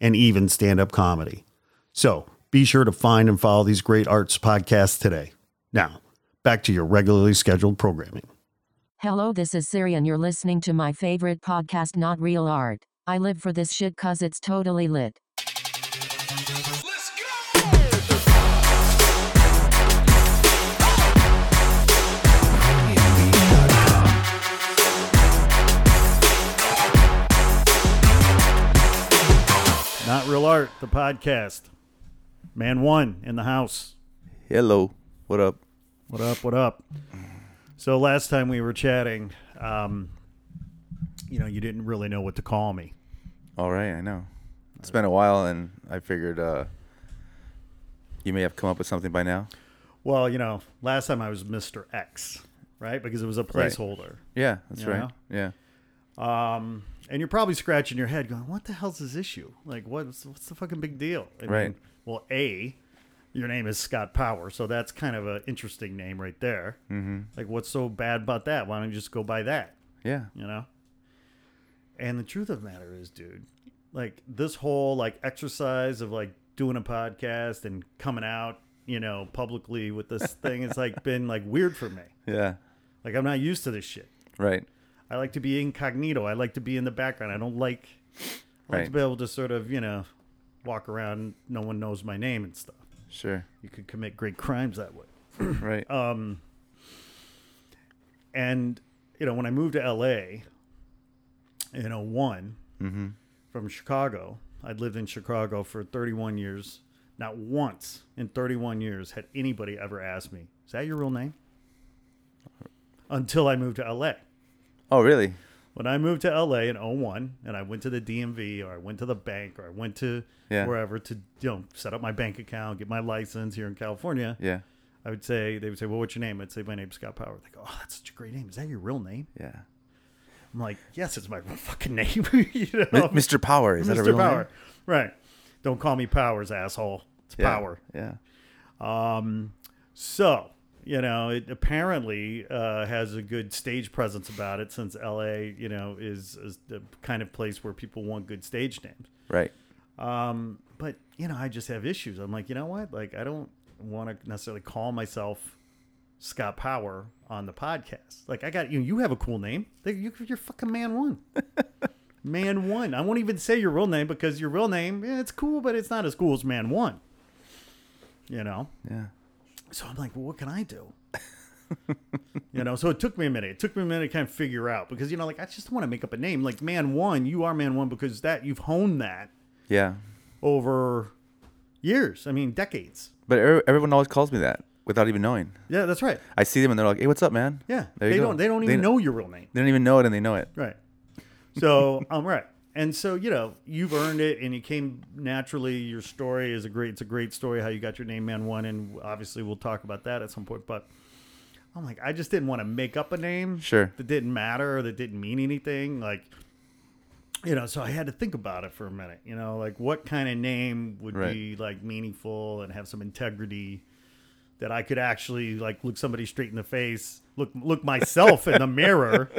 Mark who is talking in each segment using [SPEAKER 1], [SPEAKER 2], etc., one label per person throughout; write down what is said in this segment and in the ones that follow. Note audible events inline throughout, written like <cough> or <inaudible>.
[SPEAKER 1] and even stand up comedy. So be sure to find and follow these great arts podcasts today. Now, back to your regularly scheduled programming.
[SPEAKER 2] Hello, this is Siri, and you're listening to my favorite podcast, Not Real Art. I live for this shit cuz it's totally lit.
[SPEAKER 3] Let's go!
[SPEAKER 1] Not Real Art, the podcast. Man one in the house.
[SPEAKER 4] Hello. What up?
[SPEAKER 1] What up? What up? So last time we were chatting, um, you know, you didn't really know what to call me.
[SPEAKER 4] All right, I know. It's been a while and I figured uh you may have come up with something by now.
[SPEAKER 1] Well, you know, last time I was Mr. X, right? Because it was a placeholder.
[SPEAKER 4] Yeah, that's
[SPEAKER 1] Yeah.
[SPEAKER 4] right. Yeah.
[SPEAKER 1] And you're probably scratching your head going, what the hell's this issue? Like, what's, what's the fucking big deal? I mean,
[SPEAKER 4] Right.
[SPEAKER 1] well, A, your name is Scott Power. So that's kind of an interesting name right there. Mm-hmm. Like, what's so bad about that? Why don't you just go by that?
[SPEAKER 4] Yeah.
[SPEAKER 1] you know and the truth of the matter is dude like this whole like exercise of like doing a podcast and coming out you know publicly with this thing it's <laughs> like been like weird for me
[SPEAKER 4] Yeah.
[SPEAKER 1] like i'm not used to this shit
[SPEAKER 4] Right.
[SPEAKER 1] i like to be incognito i like to be in the background i don't like i like to
[SPEAKER 4] Right.
[SPEAKER 1] be able to sort of you know walk around no one knows my name and stuff
[SPEAKER 4] Sure.
[SPEAKER 1] you could commit great crimes that way
[SPEAKER 4] Right.
[SPEAKER 1] Uh, and you know when i moved to la in one from chicago i'd lived in chicago for 31 years not once in 31 years had anybody ever asked me is that your real name until i moved to la
[SPEAKER 4] oh, really?
[SPEAKER 1] when i moved to la in 01 and i went to the dmv or i went to the bank or i went to
[SPEAKER 4] Yeah.
[SPEAKER 1] wherever to you know set up my bank account get my license here in california
[SPEAKER 4] Yeah.
[SPEAKER 1] i would say they would say well what's your name i'd say my name's scott power they go oh that's such a great name is that your real name
[SPEAKER 4] Yeah.
[SPEAKER 1] I'm like, yes, it's my fucking name. <laughs> you know?
[SPEAKER 4] Mi- Mr. Power, is that a
[SPEAKER 1] Mr.
[SPEAKER 4] real
[SPEAKER 1] Oh. Power.
[SPEAKER 4] name?
[SPEAKER 1] Right. Don't call me Powers, asshole. It's
[SPEAKER 4] Yeah.
[SPEAKER 1] Power.
[SPEAKER 4] Yeah.
[SPEAKER 1] So, you know, it apparently uh, has a good stage presence about it since LA, you know, is, is the kind of place where people want good stage names.
[SPEAKER 4] Right.
[SPEAKER 1] Um, But, you know, I just have issues. I'm like, you know what? Like, I don't want to necessarily call myself Scott Power on the podcast. Like, I got you. You have a cool name. Like, you- You're fucking man one. Man One. I won't even say your real name because your real name, yeah, it's cool, but it's not as cool as Man One. You know?
[SPEAKER 4] Yeah.
[SPEAKER 1] So I'm like, well, what can I do? you know, so it took me a minute. It took me a minute to kind of figure out because, you know, like I just want to make up a name. Like Man One, you are Man One because that you've honed that
[SPEAKER 4] Yeah.
[SPEAKER 1] over years. I mean, decades.
[SPEAKER 4] But er- everyone always calls me that without even knowing.
[SPEAKER 1] Yeah, that's right.
[SPEAKER 4] I see them and they're like, "Hey, what's up, man?"
[SPEAKER 1] Yeah.
[SPEAKER 4] There you
[SPEAKER 1] they
[SPEAKER 4] go.
[SPEAKER 1] don't they don't even
[SPEAKER 4] they,
[SPEAKER 1] know your real name.
[SPEAKER 4] They don't even know it and they know it.
[SPEAKER 1] Right. So <laughs> I'm right. And so, you know, you've earned it and it came naturally. Your story is a great it's a great story how you got your name man one and obviously we'll talk about that at some point, but I'm like I just didn't want to make up a name
[SPEAKER 4] Sure.
[SPEAKER 1] that didn't matter, that didn't mean anything like you know, so I had to think about it for a minute, you know, like what kind of name would
[SPEAKER 4] Right.
[SPEAKER 1] be like meaningful and have some integrity that I could actually like look somebody straight in the face, look look myself in the mirror,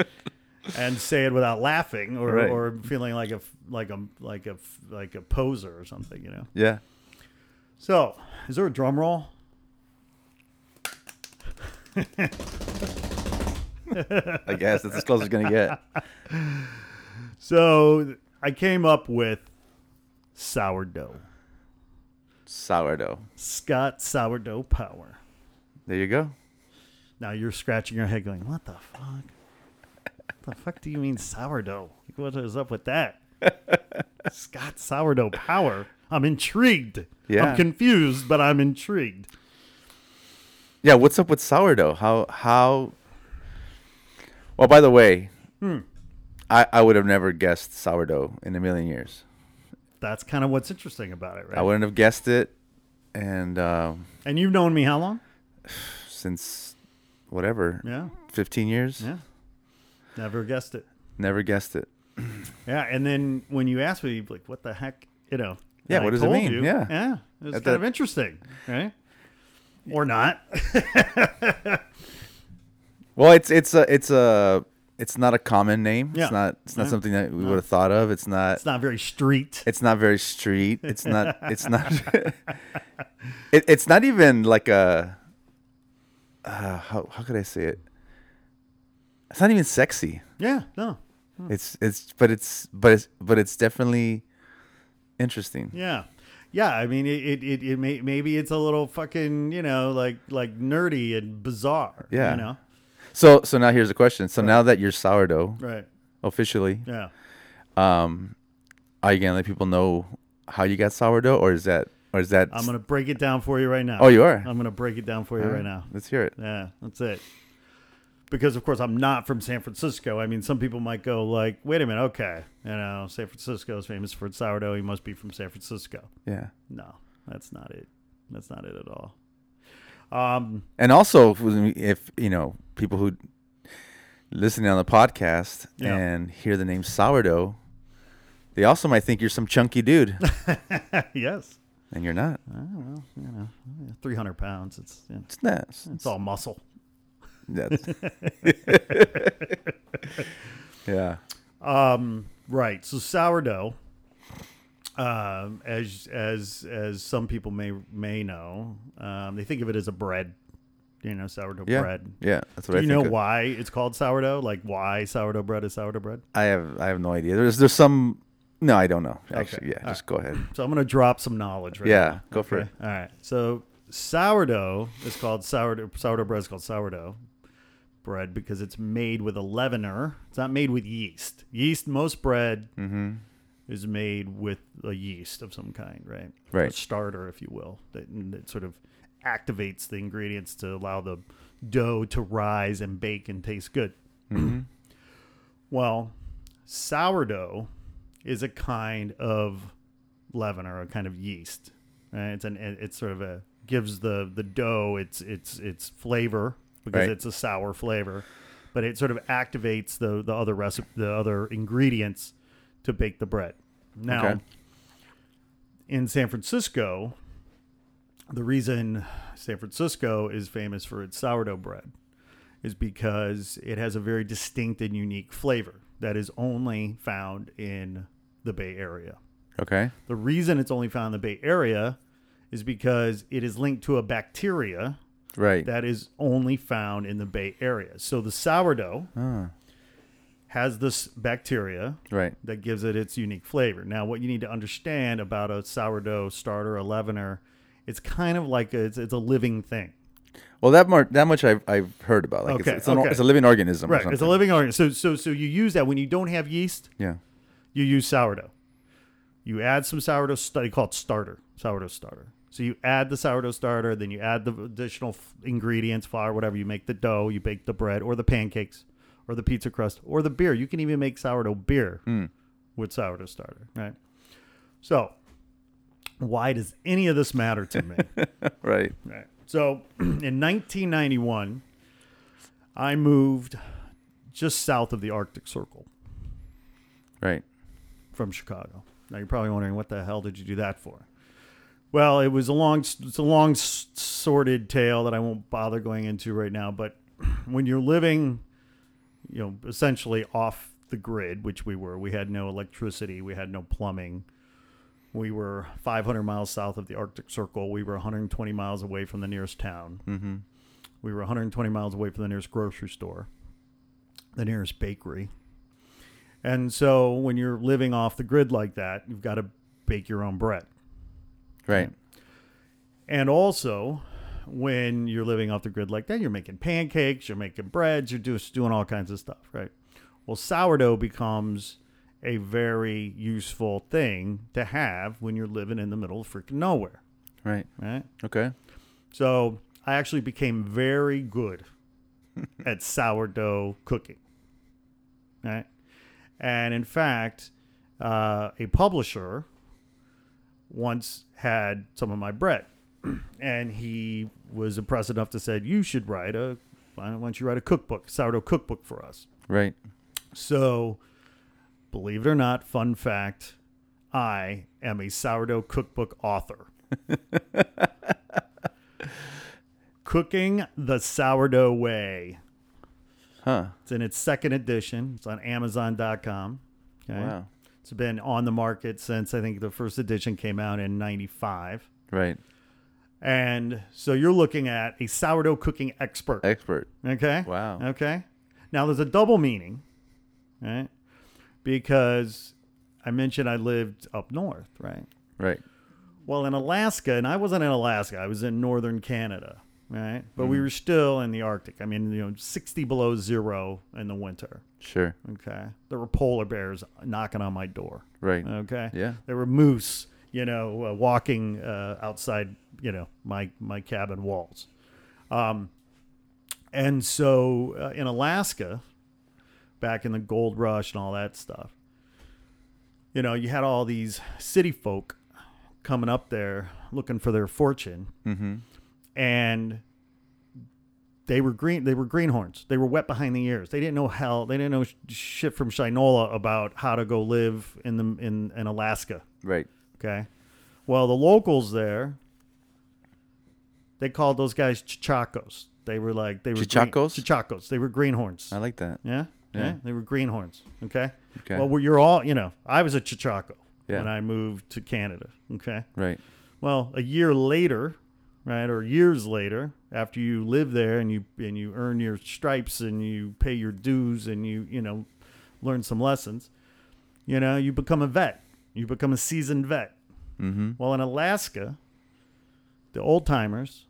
[SPEAKER 1] and say it without laughing or,
[SPEAKER 4] Right.
[SPEAKER 1] or feeling like a like a like a like a poser or something, you know.
[SPEAKER 4] Yeah.
[SPEAKER 1] So, is there a drum roll?
[SPEAKER 4] I guess that's as close as it's gonna
[SPEAKER 1] <laughs>
[SPEAKER 4] get.
[SPEAKER 1] So I came up with sourdough,
[SPEAKER 4] Sourdough.
[SPEAKER 1] Scott Sourdough Power.
[SPEAKER 4] There you go.
[SPEAKER 1] Now you're scratching your head, going, "What the fuck? What the fuck do you mean sourdough? What is up with
[SPEAKER 4] <laughs>
[SPEAKER 1] that?" Scott sourdough power. I'm intrigued.
[SPEAKER 4] Yeah.
[SPEAKER 1] I'm confused, but I'm intrigued.
[SPEAKER 4] Yeah, what's up with sourdough? How how? Well,
[SPEAKER 1] Hmm.
[SPEAKER 4] by the way, I I would have never guessed sourdough in a million years.
[SPEAKER 1] that's kind of what's interesting about it,
[SPEAKER 4] I
[SPEAKER 1] right?
[SPEAKER 4] wouldn't have guessed it. And um,
[SPEAKER 1] and you've known me how long?
[SPEAKER 4] since whatever,
[SPEAKER 1] Yeah,
[SPEAKER 4] 15 years,
[SPEAKER 1] yeah. Never guessed it.
[SPEAKER 4] never guessed it.
[SPEAKER 1] Yeah, and then when you asked me, like, what the heck, you know?
[SPEAKER 4] Yeah,
[SPEAKER 1] and
[SPEAKER 4] what
[SPEAKER 1] I
[SPEAKER 4] does it
[SPEAKER 1] told
[SPEAKER 4] mean?
[SPEAKER 1] you,
[SPEAKER 4] Yeah.
[SPEAKER 1] yeah, it was
[SPEAKER 4] At
[SPEAKER 1] kind
[SPEAKER 4] that-
[SPEAKER 1] of interesting, right? Or not?
[SPEAKER 4] Well, it's it's a it's a it's not a common name.
[SPEAKER 1] Yeah.
[SPEAKER 4] It's not it's not
[SPEAKER 1] No.
[SPEAKER 4] something that we would have thought of. It's not
[SPEAKER 1] It's not very street.
[SPEAKER 4] it's not very street. It's
[SPEAKER 1] <laughs>
[SPEAKER 4] not. It's not. <laughs> it, it's not even like a. Uh, how how could I say it? It's not even sexy.
[SPEAKER 1] Yeah, no,
[SPEAKER 4] It's it's but it's but it's but it's definitely interesting.
[SPEAKER 1] yeah, yeah. I mean, it it, it, it may, maybe it's a little fucking, you know, like like nerdy and bizarre.
[SPEAKER 4] Yeah.
[SPEAKER 1] you know,
[SPEAKER 4] So so now here's a question. So now that you're sourdough
[SPEAKER 1] right?
[SPEAKER 4] officially, um,
[SPEAKER 1] Yeah.
[SPEAKER 4] are you gonna let people know how you got sourdough, or is that or is that?
[SPEAKER 1] I'm gonna break it down for you right now.
[SPEAKER 4] Oh, you are?
[SPEAKER 1] I'm gonna break it down for you right now.
[SPEAKER 4] Let's hear it.
[SPEAKER 1] Yeah, that's it. Because of course I'm not from San Francisco. I mean, some people might go like, "Wait a minute, okay, you know, San Francisco is famous for its sourdough. He must be from San Francisco."
[SPEAKER 4] Yeah.
[SPEAKER 1] No, that's not it. That's not it at all. Um,
[SPEAKER 4] And also, if, if you know people who listening on the podcast
[SPEAKER 1] Yeah.
[SPEAKER 4] and hear the name sourdough, they also might think you're some chunky
[SPEAKER 1] <laughs>
[SPEAKER 4] dude,
[SPEAKER 1] yes,
[SPEAKER 4] and you're not.
[SPEAKER 1] three hundred pounds. It's you know,
[SPEAKER 4] It's not. It's-
[SPEAKER 1] it's all muscle.
[SPEAKER 4] that's-
[SPEAKER 1] <laughs>
[SPEAKER 4] yeah.
[SPEAKER 1] Right. So sourdough, um, as as as some people may may know, um, they think of it as a bread. You know, sourdough
[SPEAKER 4] Yeah.
[SPEAKER 1] bread.
[SPEAKER 4] Yeah. That's what
[SPEAKER 1] Do
[SPEAKER 4] I
[SPEAKER 1] you
[SPEAKER 4] think
[SPEAKER 1] know
[SPEAKER 4] of.
[SPEAKER 1] why it's called sourdough? Like why sourdough bread is sourdough bread?
[SPEAKER 4] I have. I have no idea. There's. There's some. No, I don't know. Actually, yeah.
[SPEAKER 1] All
[SPEAKER 4] Just go ahead.
[SPEAKER 1] So I'm gonna drop some knowledge. Right
[SPEAKER 4] Yeah.
[SPEAKER 1] now.
[SPEAKER 4] Go for it.
[SPEAKER 1] All right. So sourdough is called sourdough. Sourdough bread is called sourdough bread because it's made with a leavener. It's not made with yeast. Yeast. Most bread is made with a yeast of some kind, right?
[SPEAKER 4] Right.
[SPEAKER 1] A starter, if you will, that, that sort of activates the ingredients to allow the dough to rise and bake and taste good. well, sourdough is a kind of leaven or a kind of yeast. Right? It's an it- it's sort of a gives the the dough its its its flavor because
[SPEAKER 4] Right.
[SPEAKER 1] it's a sour flavor, but it sort of activates the the other recipe the other ingredients to bake the bread. Now,
[SPEAKER 4] Okay.
[SPEAKER 1] in San Francisco, the reason San Francisco is famous for its sourdough bread is because it has a very distinct and unique flavor that is only found in the Bay Area.
[SPEAKER 4] Okay.
[SPEAKER 1] The reason it's only found in the Bay Area is because it is linked to a bacteria
[SPEAKER 4] Right.
[SPEAKER 1] that is only found in the Bay Area. So the sourdough has this bacteria
[SPEAKER 4] right.
[SPEAKER 1] that gives it its unique flavor. Now, what you need to understand about a sourdough starter, a leavener, it's kind of like a, it's, it's a living thing.
[SPEAKER 4] Well, that mar- that much I've I've heard about. Like
[SPEAKER 1] Okay,
[SPEAKER 4] it's, it's, an,
[SPEAKER 1] okay.
[SPEAKER 4] it's a living organism. Or
[SPEAKER 1] Right.
[SPEAKER 4] something.
[SPEAKER 1] It's a living organism. So, so, so you use that when you don't have yeast,
[SPEAKER 4] Yeah.
[SPEAKER 1] you use sourdough. You add some sourdough, st- they call it starter, sourdough starter. So you add the sourdough starter, then you add the additional f- ingredients, flour, whatever. You make the dough, you bake the bread or the pancakes or the pizza crust or the beer. You can even make sourdough beer with sourdough starter, right? So why does any of this matter to me?
[SPEAKER 4] Right.
[SPEAKER 1] Right. So <clears throat> in 1991, I moved just south of the Arctic Circle
[SPEAKER 4] Right.
[SPEAKER 1] from Chicago. Now you're probably wondering what the hell did you do that for? Well, it was a long, it's a long s- sordid tale that I won't bother going into right now. But <clears throat> when you're living, you know, essentially off the grid, which we were, we had no electricity, we had no plumbing. We were 500 miles south of the Arctic Circle. We were 120 miles away from the nearest town. Mm-hmm. We were 120 miles away from the nearest grocery store, the nearest bakery, and so when you're living off the grid like that, you've got to bake your own bread.
[SPEAKER 4] Right.
[SPEAKER 1] And also, when you're living off the grid like that, you're making pancakes, you're making breads, you're just doing all kinds of stuff, right? Well, sourdough becomes a very useful thing to have when you're living in the middle of freaking nowhere,
[SPEAKER 4] Right.
[SPEAKER 1] right?
[SPEAKER 4] Okay.
[SPEAKER 1] So I actually became very good at sourdough cooking. Right. And in fact, uh, a publisher once had some of my bread, <clears throat> and he was impressed enough to said, "You should write a, why don't you write a cookbook, sourdough cookbook for us?"
[SPEAKER 4] Right.
[SPEAKER 1] So, believe it or not, fun fact, I am a sourdough cookbook author. Cooking the Sourdough Way.
[SPEAKER 4] Huh.
[SPEAKER 1] It's in its second edition. It's on Amazon.com. Okay.
[SPEAKER 4] Wow.
[SPEAKER 1] It's been on the market since I think the first edition came out in 95.
[SPEAKER 4] Right.
[SPEAKER 1] And so you're looking at a sourdough cooking expert.
[SPEAKER 4] Expert.
[SPEAKER 1] Okay.
[SPEAKER 4] Wow.
[SPEAKER 1] Okay. Now there's a double meaning, right? Because I mentioned I lived up north, right?
[SPEAKER 4] Right.
[SPEAKER 1] Well, in Alaska, and I wasn't in Alaska, I was in northern Canada, right? But we were still in the Arctic. I mean, you know, 60 below zero in the winter,
[SPEAKER 4] Sure.
[SPEAKER 1] okay? There were polar bears knocking on my door,
[SPEAKER 4] Right.
[SPEAKER 1] okay?
[SPEAKER 4] Yeah.
[SPEAKER 1] There were moose, you know, uh, walking uh, outside, you know, my, my cabin walls. Um, And so uh, in Alaska, back in the gold rush and all that stuff, you know, you had all these city folk coming up there looking for their fortune. Mm-hmm. And they were green. They were greenhorns. They were wet behind the ears. They didn't know hell. They didn't know sh- shit from Shinola about how to go live in the in, in Alaska.
[SPEAKER 4] Right.
[SPEAKER 1] Okay. Well, the locals there, they called those guys chichacos. They were like they were green-
[SPEAKER 4] Chichacos?
[SPEAKER 1] chichacos. They were greenhorns.
[SPEAKER 4] I like that.
[SPEAKER 1] yeah? yeah.
[SPEAKER 4] Yeah.
[SPEAKER 1] They were greenhorns. Okay.
[SPEAKER 4] Okay.
[SPEAKER 1] Well, we're, you're all you know. I was a chichaco
[SPEAKER 4] Yeah.
[SPEAKER 1] when I moved to Canada. Okay.
[SPEAKER 4] Right.
[SPEAKER 1] Well, a year later, right, or years later, after you live there and you and you earn your stripes and you pay your dues and you you know learn some lessons, you know you become a vet. You become a seasoned vet. Mm-hmm. Well, in Alaska, the old timers,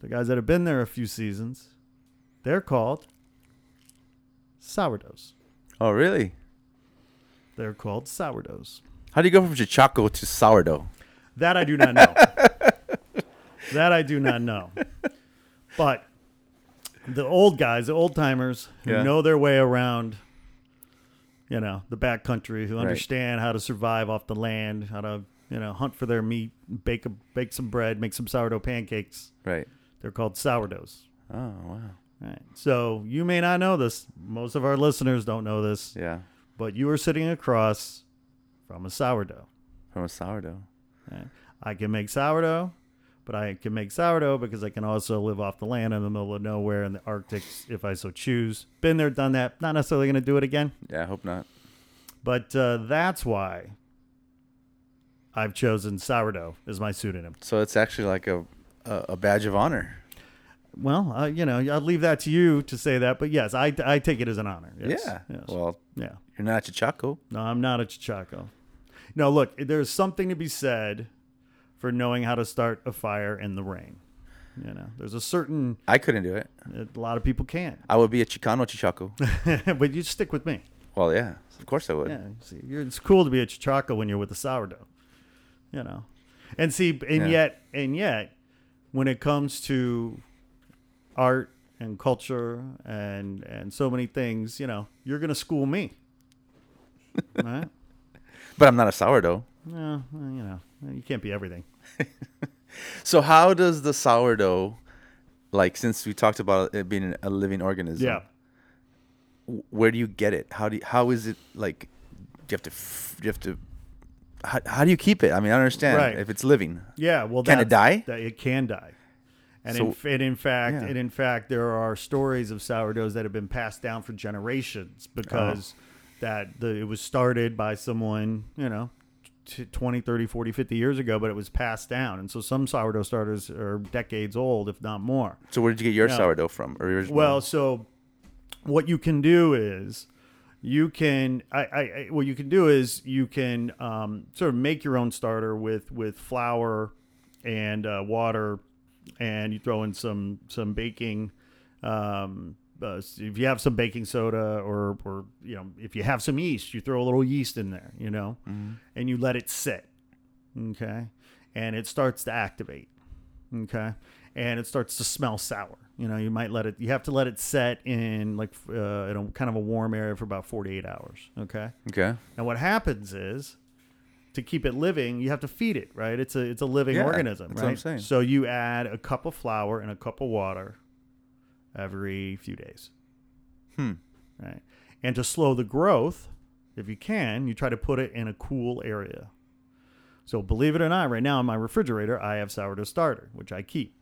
[SPEAKER 1] the guys that have been there a few seasons, they're called sourdoughs.
[SPEAKER 4] Oh, really?
[SPEAKER 1] They're called sourdoughs.
[SPEAKER 4] How do you go from Chichaco to sourdough?
[SPEAKER 1] That I do not know. that I do not know. But the old guys, the old timers who
[SPEAKER 4] Yeah.
[SPEAKER 1] know their way around, you know, the back country, who
[SPEAKER 4] Right.
[SPEAKER 1] understand how to survive off the land, how to, you know, hunt for their meat, bake a, bake some bread, make some sourdough pancakes.
[SPEAKER 4] Right.
[SPEAKER 1] They're called sourdoughs.
[SPEAKER 4] Oh, wow.
[SPEAKER 1] Right. So you may not know this. Most of our listeners don't know this,
[SPEAKER 4] Yeah.
[SPEAKER 1] but you are sitting across from a sourdough.
[SPEAKER 4] From a sourdough.
[SPEAKER 1] Right? I can make sourdough, but I can make sourdough because I can also live off the land in the middle of nowhere in the Arctic if I so choose. Been there, done that. Not necessarily going to do it again,
[SPEAKER 4] Yeah, I hope not.
[SPEAKER 1] but uh, that's why I've chosen sourdough as my pseudonym.
[SPEAKER 4] So it's actually like a a, a badge of honor.
[SPEAKER 1] Well, uh, you know, I'll leave that to you to say that, but yes, I, I take it as an honor. Yes.
[SPEAKER 4] Yeah.
[SPEAKER 1] Yes.
[SPEAKER 4] Well,
[SPEAKER 1] yeah.
[SPEAKER 4] you're not Chichaco.
[SPEAKER 1] No, I'm not a Chichaco. No, look, there's something to be said for knowing how to start a fire in the rain. You know, there's a certain
[SPEAKER 4] I couldn't do it.
[SPEAKER 1] A lot of people can,
[SPEAKER 4] I would be a Chicano
[SPEAKER 1] <laughs>
[SPEAKER 4] Chichaco.
[SPEAKER 1] but you stick with me.
[SPEAKER 4] well, yeah. Of course I would.
[SPEAKER 1] Yeah, see, you're, it's cool to be a chichaco when you're with a sourdough, you know. And see, and
[SPEAKER 4] Yeah.
[SPEAKER 1] yet, and yet, when it comes to art and culture and and so many things, you know, you're gonna school me, right?
[SPEAKER 4] But I'm not a sourdough.
[SPEAKER 1] No, well, you know, you can't be everything.
[SPEAKER 4] So how does the sourdough like since we talked about it being a living organism?
[SPEAKER 1] Yeah.
[SPEAKER 4] w- Where do you get it? How do you, how is it like do you have to f- do you have to how, how do you keep it? I mean, I understand
[SPEAKER 1] Right.
[SPEAKER 4] if it's living.
[SPEAKER 1] Yeah, well,
[SPEAKER 4] Can it die?
[SPEAKER 1] that's- That it can die, and in,
[SPEAKER 4] So-
[SPEAKER 1] f- and in fact,
[SPEAKER 4] Yeah.
[SPEAKER 1] and in fact, there are stories of sourdoughs that have been passed down for generations because
[SPEAKER 4] Uh-huh.
[SPEAKER 1] that the, it was started by someone, you know. t- 20 30 40 50 years ago but it was passed down and so some sourdough starters are decades old if not more
[SPEAKER 4] So where did you get your
[SPEAKER 1] Yeah.
[SPEAKER 4] sourdough from? Or yours
[SPEAKER 1] well, so what you can do is you can I, I, I what you can do is you can um, sort of make your own starter with with flour and uh, water, and you throw in some some baking. Um, uh, if you have some baking soda or or you know if you have some yeast, you throw a little yeast in there, you know, and you let it sit. Okay, and it starts to activate okay and it starts to smell sour you know you might let it you have to let it set in like uh, in a kind of a warm area for about 48 hours okay
[SPEAKER 4] okay.
[SPEAKER 1] now what happens is to keep it living, you have to feed it, right? It's a it's a living
[SPEAKER 4] Yeah,
[SPEAKER 1] organism,
[SPEAKER 4] that's
[SPEAKER 1] right?
[SPEAKER 4] what I'm saying.
[SPEAKER 1] So you add a cup of flour and a cup of water every few days. Hmm. Right. And to slow the growth, if you can, you try to put it in a cool area. So believe it or not, right now in my refrigerator, I have sourdough starter, which I keep.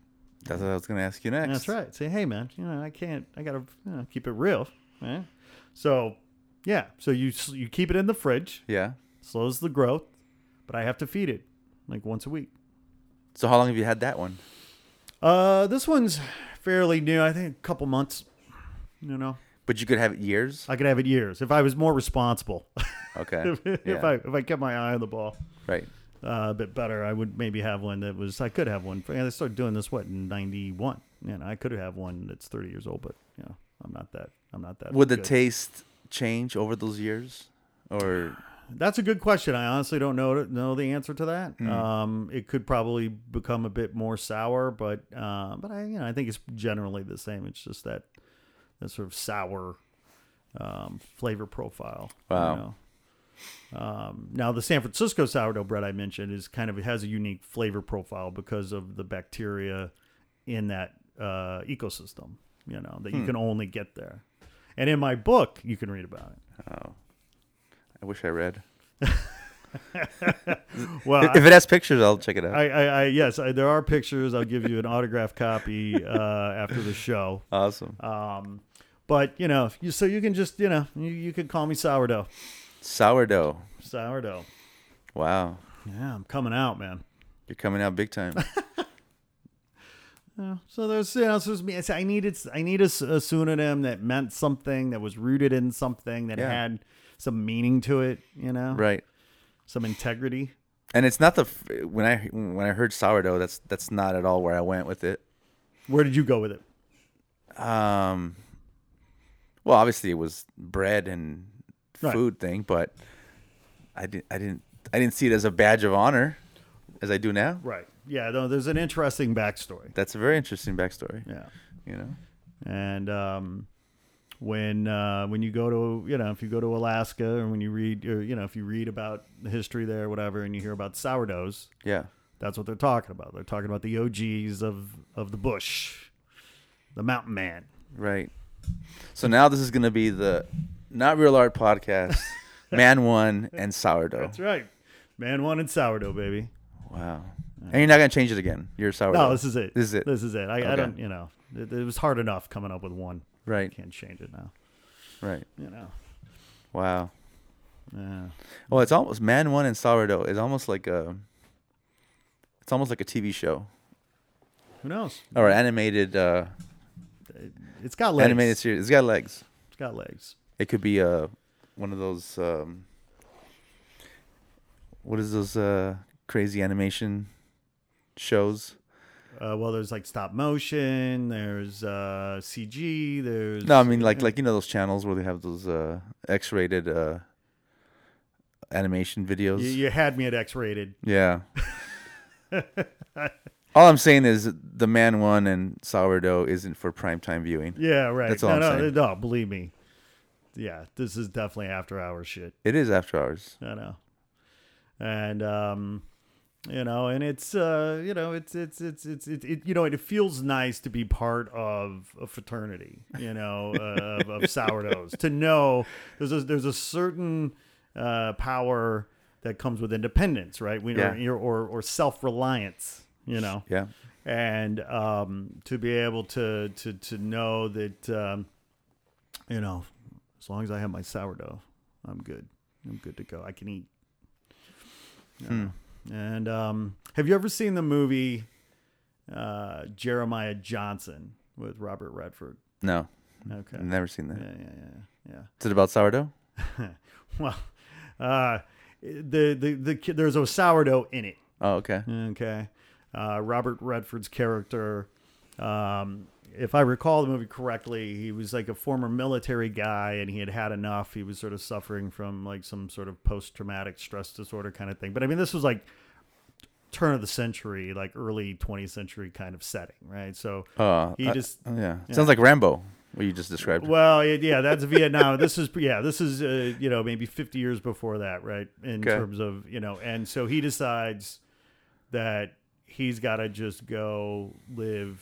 [SPEAKER 4] That's what I was going to ask you next.
[SPEAKER 1] That's right. Say, hey, man, you know, I can't. I gotta you know, keep it real, man. So, yeah. So you s- you keep it in the fridge,
[SPEAKER 4] Yeah.
[SPEAKER 1] slows the growth, but I have to feed it like once a week.
[SPEAKER 4] So how long have you had that one?
[SPEAKER 1] Uh, this one's fairly new. I think a couple months. You know,
[SPEAKER 4] But you could have it years.
[SPEAKER 1] I could have it years if I was more responsible.
[SPEAKER 4] Okay.
[SPEAKER 1] <laughs> if, if
[SPEAKER 4] yeah.
[SPEAKER 1] I if I kept my eye on the ball
[SPEAKER 4] right.
[SPEAKER 1] uh, a bit better, I would maybe have one that was. I could have one. And I started doing this what in '91. You know, I could have one that's 30 years old, but you know, I'm not that. I'm not that.
[SPEAKER 4] Would the
[SPEAKER 1] good.
[SPEAKER 4] taste change over those years? Or
[SPEAKER 1] That's a good question. I honestly don't know know the answer to that. Um, it could probably become a bit more sour, but uh, but I you know I think it's generally the same. It's just that that sort of sour um, flavor profile.
[SPEAKER 4] Wow.
[SPEAKER 1] know. Um, now the San Francisco sourdough bread I mentioned is kind of it has a unique flavor profile because of the bacteria in that uh, ecosystem. You know that you can only get there. And in my book, you can read about it.
[SPEAKER 4] I wish I read.
[SPEAKER 1] Well,
[SPEAKER 4] <laughs> if it has pictures, I'll check it out.
[SPEAKER 1] Uh, I, I, I yes, I, there are pictures. I'll give you an autographed copy uh, after the show.
[SPEAKER 4] awesome.
[SPEAKER 1] Um, but you know, you, so you can just you know you, you can call me sourdough,
[SPEAKER 4] Sourdough.
[SPEAKER 1] sourdough.
[SPEAKER 4] Wow.
[SPEAKER 1] Yeah, I'm coming out, man.
[SPEAKER 4] You're coming out big
[SPEAKER 1] <laughs>
[SPEAKER 4] time.
[SPEAKER 1] Yeah, So there's you know, so there's me. so I needed I need a, s- a pseudonym that meant something that was rooted in something that
[SPEAKER 4] Yeah.
[SPEAKER 1] had some meaning to it. You know,
[SPEAKER 4] right.
[SPEAKER 1] some integrity.
[SPEAKER 4] And it's not the f- when I when I heard sourdough, that's that's not at all where I went with it.
[SPEAKER 1] Where did you go with it?
[SPEAKER 4] Um, well, obviously it was bread and
[SPEAKER 1] Right.
[SPEAKER 4] food thing, but I didn't I didn't I didn't see it as a badge of honor as I do now.
[SPEAKER 1] Right. Yeah. No, there's an interesting backstory.
[SPEAKER 4] That's a very interesting backstory.
[SPEAKER 1] Yeah.
[SPEAKER 4] You know.
[SPEAKER 1] and um, when uh, when you go to you know if you go to Alaska and when you read or, you know if you read about the history there or whatever and you hear about sourdoughs,
[SPEAKER 4] Yeah.
[SPEAKER 1] that's what they're talking about. They're talking about the OGs of of the bush, the mountain man.
[SPEAKER 4] Right. So now this is going to be the not real art
[SPEAKER 1] <laughs>
[SPEAKER 4] podcast, man one and sourdough.
[SPEAKER 1] That's right, man wanted sourdough, baby.
[SPEAKER 4] Wow. And you're not going to change it again. You're sourdough.
[SPEAKER 1] No, this is it.
[SPEAKER 4] uh, This is it.
[SPEAKER 1] This is it. I, I
[SPEAKER 4] Okay.
[SPEAKER 1] don't you know it, it was hard enough coming up with one.
[SPEAKER 4] right.
[SPEAKER 1] Can't change it now.
[SPEAKER 4] Right.
[SPEAKER 1] You know.
[SPEAKER 4] Wow.
[SPEAKER 1] Yeah.
[SPEAKER 4] Well, it's almost man one and sourdough is almost like a it's almost like a TV show
[SPEAKER 1] Who knows?
[SPEAKER 4] or animated uh
[SPEAKER 1] It's got legs.
[SPEAKER 4] animated series. It's got legs.
[SPEAKER 1] It's got legs.
[SPEAKER 4] It could be uh one of those um what is those uh crazy animation shows?
[SPEAKER 1] Uh, well, there's like stop motion. There's uh, CG. There's
[SPEAKER 4] No, I mean like like you know those channels where they have those uh X-rated uh animation videos.
[SPEAKER 1] you, you had me at X-rated. <laughs>
[SPEAKER 4] Yeah. all I'm saying is the man one and sourdough isn't for primetime viewing.
[SPEAKER 1] Yeah, right.
[SPEAKER 4] That's all I'm
[SPEAKER 1] no, no,
[SPEAKER 4] saying.
[SPEAKER 1] no. Believe me. Yeah, this is definitely after hours shit.
[SPEAKER 4] It is after hours.
[SPEAKER 1] I know. And um, you know, and it's uh, you know, it's it's it's it's it, it you know, it feels nice to be part of a fraternity, you know, uh, of, of sourdoughs. To know there's a there's a certain uh, power that comes with independence, right? We
[SPEAKER 4] Yeah.
[SPEAKER 1] or, or or self reliance, you know
[SPEAKER 4] Yeah.
[SPEAKER 1] and um, to be able to to to know that um, you know as long as I have my sourdough, I'm good. I'm good to go. I can eat. Yeah. And um, have you ever seen the movie uh, Jeremiah Johnson with Robert Redford? <laughs>
[SPEAKER 4] No,
[SPEAKER 1] Okay.
[SPEAKER 4] I've never seen that.
[SPEAKER 1] Yeah, yeah, yeah, yeah.
[SPEAKER 4] Is it about sourdough?
[SPEAKER 1] Well, uh, the the the ki- there's a sourdough in it.
[SPEAKER 4] Oh, okay.
[SPEAKER 1] Okay. Uh, Robert Redford's character, um, if I recall the movie correctly, he was like a former military guy and he had had enough. He was sort of suffering from like some sort of post traumatic stress disorder kind of thing. But I mean, this was like turn of the century, like early 20th century kind of setting, right? So
[SPEAKER 4] Oh,
[SPEAKER 1] he
[SPEAKER 4] I-
[SPEAKER 1] just,
[SPEAKER 4] oh, yeah.
[SPEAKER 1] yeah.
[SPEAKER 4] Sounds like Rambo. What you just described.
[SPEAKER 1] Well, it, yeah, that's Vietnam. this is yeah, this is uh, you know maybe 50 years before that, right? In
[SPEAKER 4] Okay.
[SPEAKER 1] terms of you know, and so he decides that he's got to just go live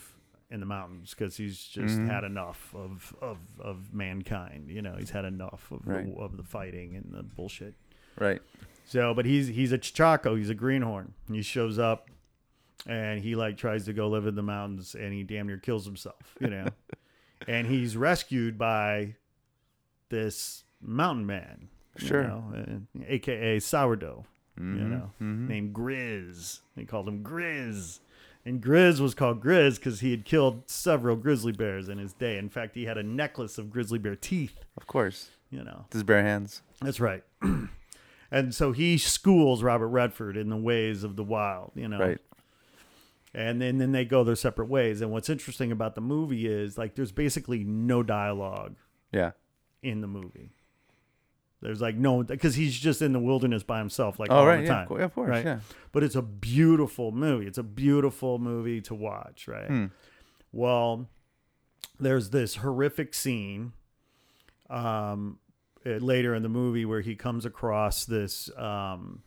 [SPEAKER 1] in the mountains because he's just
[SPEAKER 4] Mm-hmm.
[SPEAKER 1] had enough of, of of mankind. You know, he's had enough of
[SPEAKER 4] Right.
[SPEAKER 1] the, of the fighting and the bullshit.
[SPEAKER 4] Right.
[SPEAKER 1] So, but he's he's a chaco. He's a greenhorn. He shows up, and he like tries to go live in the mountains, and he damn near kills himself. You know, and he's rescued by this mountain man. you
[SPEAKER 4] Sure.
[SPEAKER 1] know, uh, AKA sourdough. You know, named Grizz. They called him Grizz. And Grizz was called Grizz because he had killed several grizzly bears in his day. In fact, he had a necklace of grizzly bear teeth.
[SPEAKER 4] Of course.
[SPEAKER 1] You know,
[SPEAKER 4] This is bare hands.
[SPEAKER 1] that's right. <clears throat> and so he schools Robert Redford in the ways of the wild, you know.
[SPEAKER 4] Right.
[SPEAKER 1] And then, then they go their separate ways. And what's interesting about the movie is like there's basically no dialogue
[SPEAKER 4] Yeah.
[SPEAKER 1] in the movie. There's like no because he's just in the wilderness by himself, like
[SPEAKER 4] Oh,
[SPEAKER 1] all
[SPEAKER 4] right,
[SPEAKER 1] the
[SPEAKER 4] yeah, of
[SPEAKER 1] time.
[SPEAKER 4] cour- yeah, of course,
[SPEAKER 1] right?
[SPEAKER 4] yeah.
[SPEAKER 1] But it's a beautiful movie. It's a beautiful movie to watch, right?
[SPEAKER 4] Hmm.
[SPEAKER 1] Well, there's this horrific scene um, eh, later in the movie where he comes across this um,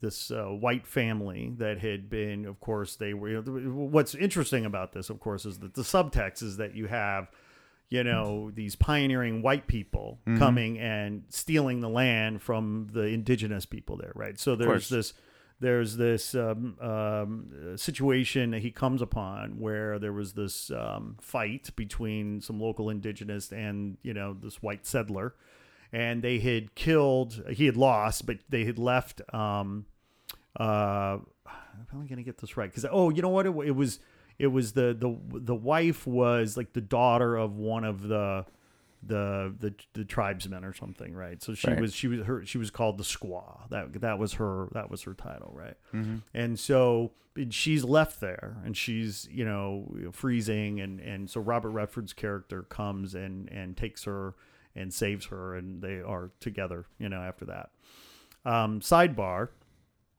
[SPEAKER 1] this uh, white family that had been, of course, they were. What's interesting about this, of course, is that the subtext is that you have, you know, these pioneering white people coming and stealing the land from the indigenous people there, right? So there's
[SPEAKER 4] course.
[SPEAKER 1] this. There's this um, um, uh, situation that he comes upon where there was this um, fight between some local indigenous and you know this white settler, and they had killed. He had lost, but they had left um, uh, I'm probably gonna get this right because oh, you know what? It, wa- it was it was the the the wife was like the daughter of one of the the the, the tribesmen or something, right? So she
[SPEAKER 4] Right.
[SPEAKER 1] was she was her she was called the squaw. That that was her that was her title, right? And so and she's left there, and she's you know freezing, and and so Robert Redford's character comes and and takes her and saves her, and they are together, you know, after that. Um, sidebar.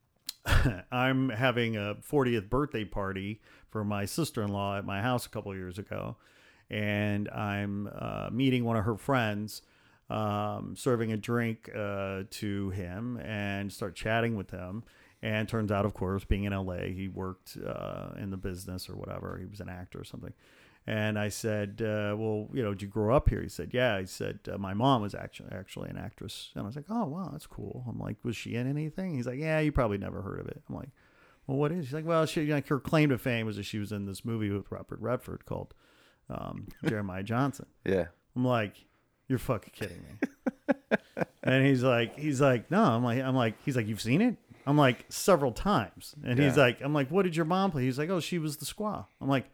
[SPEAKER 1] <coughs> I'm having a 40th birthday party for my sister-in-law at my house a couple years ago, and I'm uh, meeting one of her friends, um, serving a drink uh, to him, and start chatting with him. And turns out, of course, being in LA, he worked uh, in the business or whatever. He was an actor or something. And I said, uh, "Well, you know, did you grow up here?" He said, "Yeah." He said, uh, "My mom was actually actually an actress." And I was like, "Oh, wow, that's cool." I'm like, "Was she in anything?" He's like, "Yeah, you probably never heard of it." I'm like, "Well, what is?" She's like, "Well, she like her claim to fame was that she was in this movie with Robert Redford called um, Jeremiah Johnson."
[SPEAKER 4] Yeah.
[SPEAKER 1] I'm like, "You're fucking kidding me." <laughs> and he's like, he's like, "No." I'm like, I'm like, he's like, "You've seen it?" I'm like, several times. And he's
[SPEAKER 4] Yeah.
[SPEAKER 1] like, I'm like, "What did your mom play?" He's like, "Oh, she was the squaw." I'm like,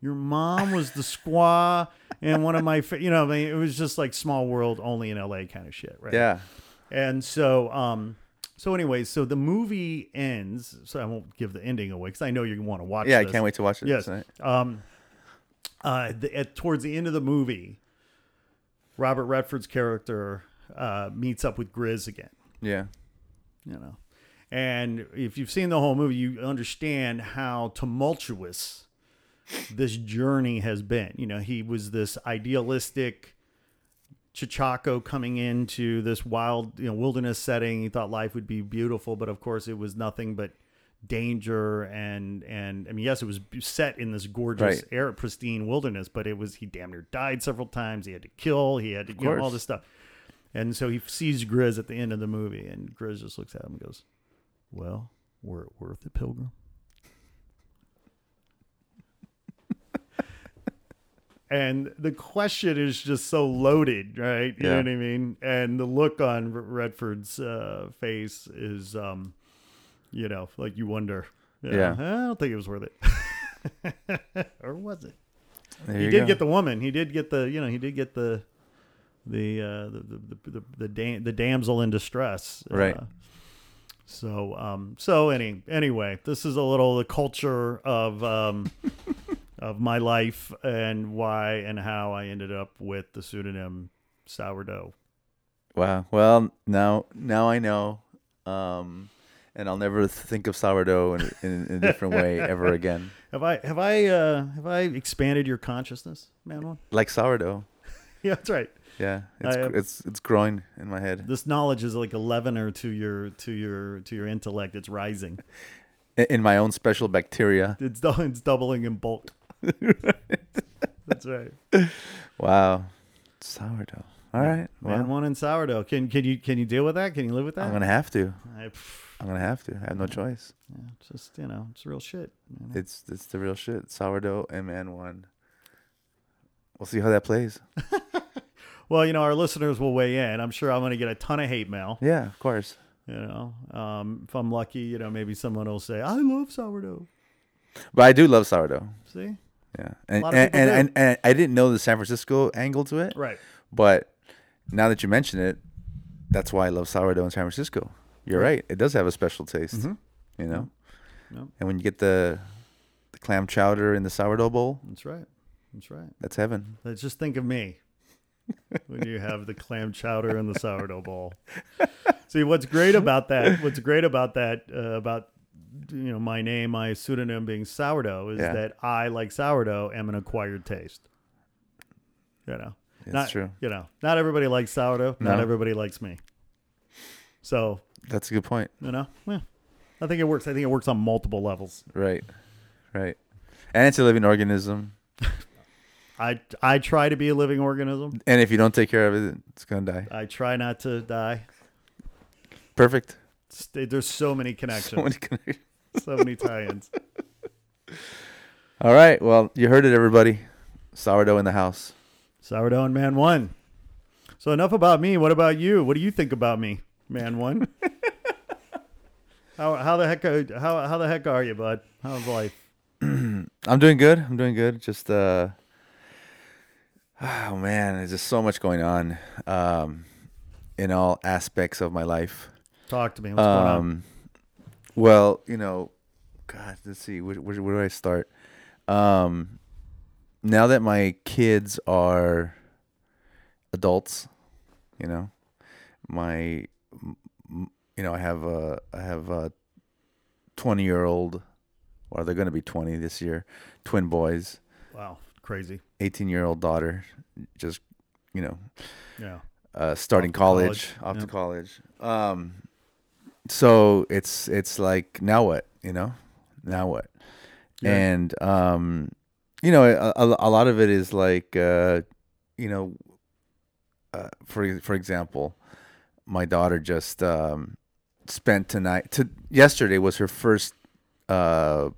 [SPEAKER 1] "Your mom was the squaw." And one of my, fa-, you know, I mean, it was just like small world, only in LA kind of shit, right?
[SPEAKER 4] Yeah.
[SPEAKER 1] And so, um, so anyways, so the movie ends. So I won't give the ending away because I know you want to watch.
[SPEAKER 4] Yeah. I
[SPEAKER 1] this.
[SPEAKER 4] can't wait to watch it
[SPEAKER 1] Yes.
[SPEAKER 4] tonight.
[SPEAKER 1] Um, uh, the, at, towards the end of the movie, Robert Redford's character uh, meets up with Grizz again.
[SPEAKER 4] Yeah.
[SPEAKER 1] You know, and if you've seen the whole movie, you understand how tumultuous this journey has been. You know, he was this idealistic. Chichaco coming into this wild, you know, wilderness setting. He thought life would be beautiful, but of course, it was nothing but danger and and I mean, yes, it was set in this gorgeous,
[SPEAKER 4] Right.
[SPEAKER 1] air, pristine wilderness, but it was he damn near died several times. He had to kill. He had to you know, all
[SPEAKER 4] course.
[SPEAKER 1] this stuff. And so he sees Grizz at the end of the movie, and Grizz just looks at him and goes, "Well, were it worth it, Pilgrim?" and the question is just so loaded, right? You know
[SPEAKER 4] Yeah.
[SPEAKER 1] what I mean? And the look on R- Redford's uh, face is, um, you know, like you wonder. you know,
[SPEAKER 4] Yeah.
[SPEAKER 1] I don't think it was worth it, or was it? <laughs>
[SPEAKER 4] There
[SPEAKER 1] he
[SPEAKER 4] you
[SPEAKER 1] did
[SPEAKER 4] go.
[SPEAKER 1] get the woman. He did get the, you know, he did get the, the uh, the the the the, da- the damsel in distress,
[SPEAKER 4] Right.
[SPEAKER 1] Uh, so um so any anyway, this is a little the culture
[SPEAKER 4] <laughs>
[SPEAKER 1] of um of my life and why and how I ended up with the pseudonym sourdough.
[SPEAKER 4] Wow. Well, now now I know, um, and I'll never think of sourdough in, in, in a different
[SPEAKER 1] <laughs>
[SPEAKER 4] way ever again.
[SPEAKER 1] Have I have I uh have I expanded your consciousness, man?
[SPEAKER 4] Like sourdough.
[SPEAKER 1] <laughs> yeah, that's right.
[SPEAKER 4] Yeah, it's
[SPEAKER 1] I, uh,
[SPEAKER 4] it's it's growing in my head.
[SPEAKER 1] This knowledge is like a leavener to your to your to your intellect. It's rising.
[SPEAKER 4] I- In my own special bacteria.
[SPEAKER 1] It's dou- it's doubling in
[SPEAKER 4] <laughs>
[SPEAKER 1] bulk. That's right.
[SPEAKER 4] Wow, sourdough. All right,
[SPEAKER 1] Man,
[SPEAKER 4] well,
[SPEAKER 1] one in sourdough. Can can you can you deal with that? Can you live with that?
[SPEAKER 4] I'm gonna have to.
[SPEAKER 1] I- pff,
[SPEAKER 4] I'm gonna have to. I have no choice.
[SPEAKER 1] yeah, it's just you know, it's real shit. you know.
[SPEAKER 4] It's it's the real shit. Sourdough and man one. We'll see how that plays.
[SPEAKER 1] Well, you know, our listeners will weigh in. I'm sure I'm going to get a ton of hate mail.
[SPEAKER 4] Yeah, of course.
[SPEAKER 1] You know, um, if I'm lucky, you know, maybe someone will say, "I love sourdough."
[SPEAKER 4] But I do love sourdough.
[SPEAKER 1] See,
[SPEAKER 4] Yeah, and
[SPEAKER 1] lot of
[SPEAKER 4] and,
[SPEAKER 1] people
[SPEAKER 4] and,
[SPEAKER 1] do.
[SPEAKER 4] and and I didn't know the San Francisco angle to it.
[SPEAKER 1] right?
[SPEAKER 4] But now that you mention it, that's why I love sourdough in San Francisco. You're right. Mm-hmm. It does have a special taste, you know.
[SPEAKER 1] Yep.
[SPEAKER 4] And when you get the the clam chowder in the sourdough bowl,
[SPEAKER 1] That's right. That's right.
[SPEAKER 4] that's heaven.
[SPEAKER 1] Let's just think of me when you have the clam chowder and the sourdough bowl. See what's great about that? What's great about that? Uh, about you know my name, my pseudonym being sourdough is
[SPEAKER 4] Yeah.
[SPEAKER 1] that I like sourdough am an acquired taste. You know,
[SPEAKER 4] That's
[SPEAKER 1] not,
[SPEAKER 4] true.
[SPEAKER 1] You know, not everybody likes sourdough. Not
[SPEAKER 4] No.
[SPEAKER 1] everybody likes me. So
[SPEAKER 4] That's a good point.
[SPEAKER 1] you know, yeah. I think it works. I think it works on multiple levels.
[SPEAKER 4] Right. Right. And it's a living organism.
[SPEAKER 1] I I try to be a living organism.
[SPEAKER 4] And if you don't take care of it, it's gonna die.
[SPEAKER 1] I try not to die.
[SPEAKER 4] Perfect. <laughs>
[SPEAKER 1] It's- There's so many connections.
[SPEAKER 4] So <laughs> many connections.
[SPEAKER 1] so many tie-ins.
[SPEAKER 4] All right. Well, you heard it, everybody. Sourdough in the house.
[SPEAKER 1] Sourdough and Man One. So enough about me. What about you? What do you think about me, Man One? how how the heck are, how how the heck are you, bud? How's life?
[SPEAKER 4] I'm doing good. I'm doing good. Just uh Oh man, there's just so much going on um in all aspects of my life.
[SPEAKER 1] Talk to me. What's going on?
[SPEAKER 4] Um well, you know, god, let's see where, where, where do I start? Um now that my kids are adults, you know, my m- m- you know, I have a I have a 20-year-old or they're going to be 20 this year, twin boys.
[SPEAKER 1] Wow, crazy.
[SPEAKER 4] 18 year old daughter just you know
[SPEAKER 1] Yeah,
[SPEAKER 4] uh, starting
[SPEAKER 1] to
[SPEAKER 4] college,
[SPEAKER 1] college,
[SPEAKER 4] off
[SPEAKER 1] yeah.
[SPEAKER 4] to college um so it's it's like now what you know now what
[SPEAKER 1] Yeah.
[SPEAKER 4] and um you know a, a, a lot of it is like uh you know uh, for for example my daughter just um spent tonight to yesterday was her first uh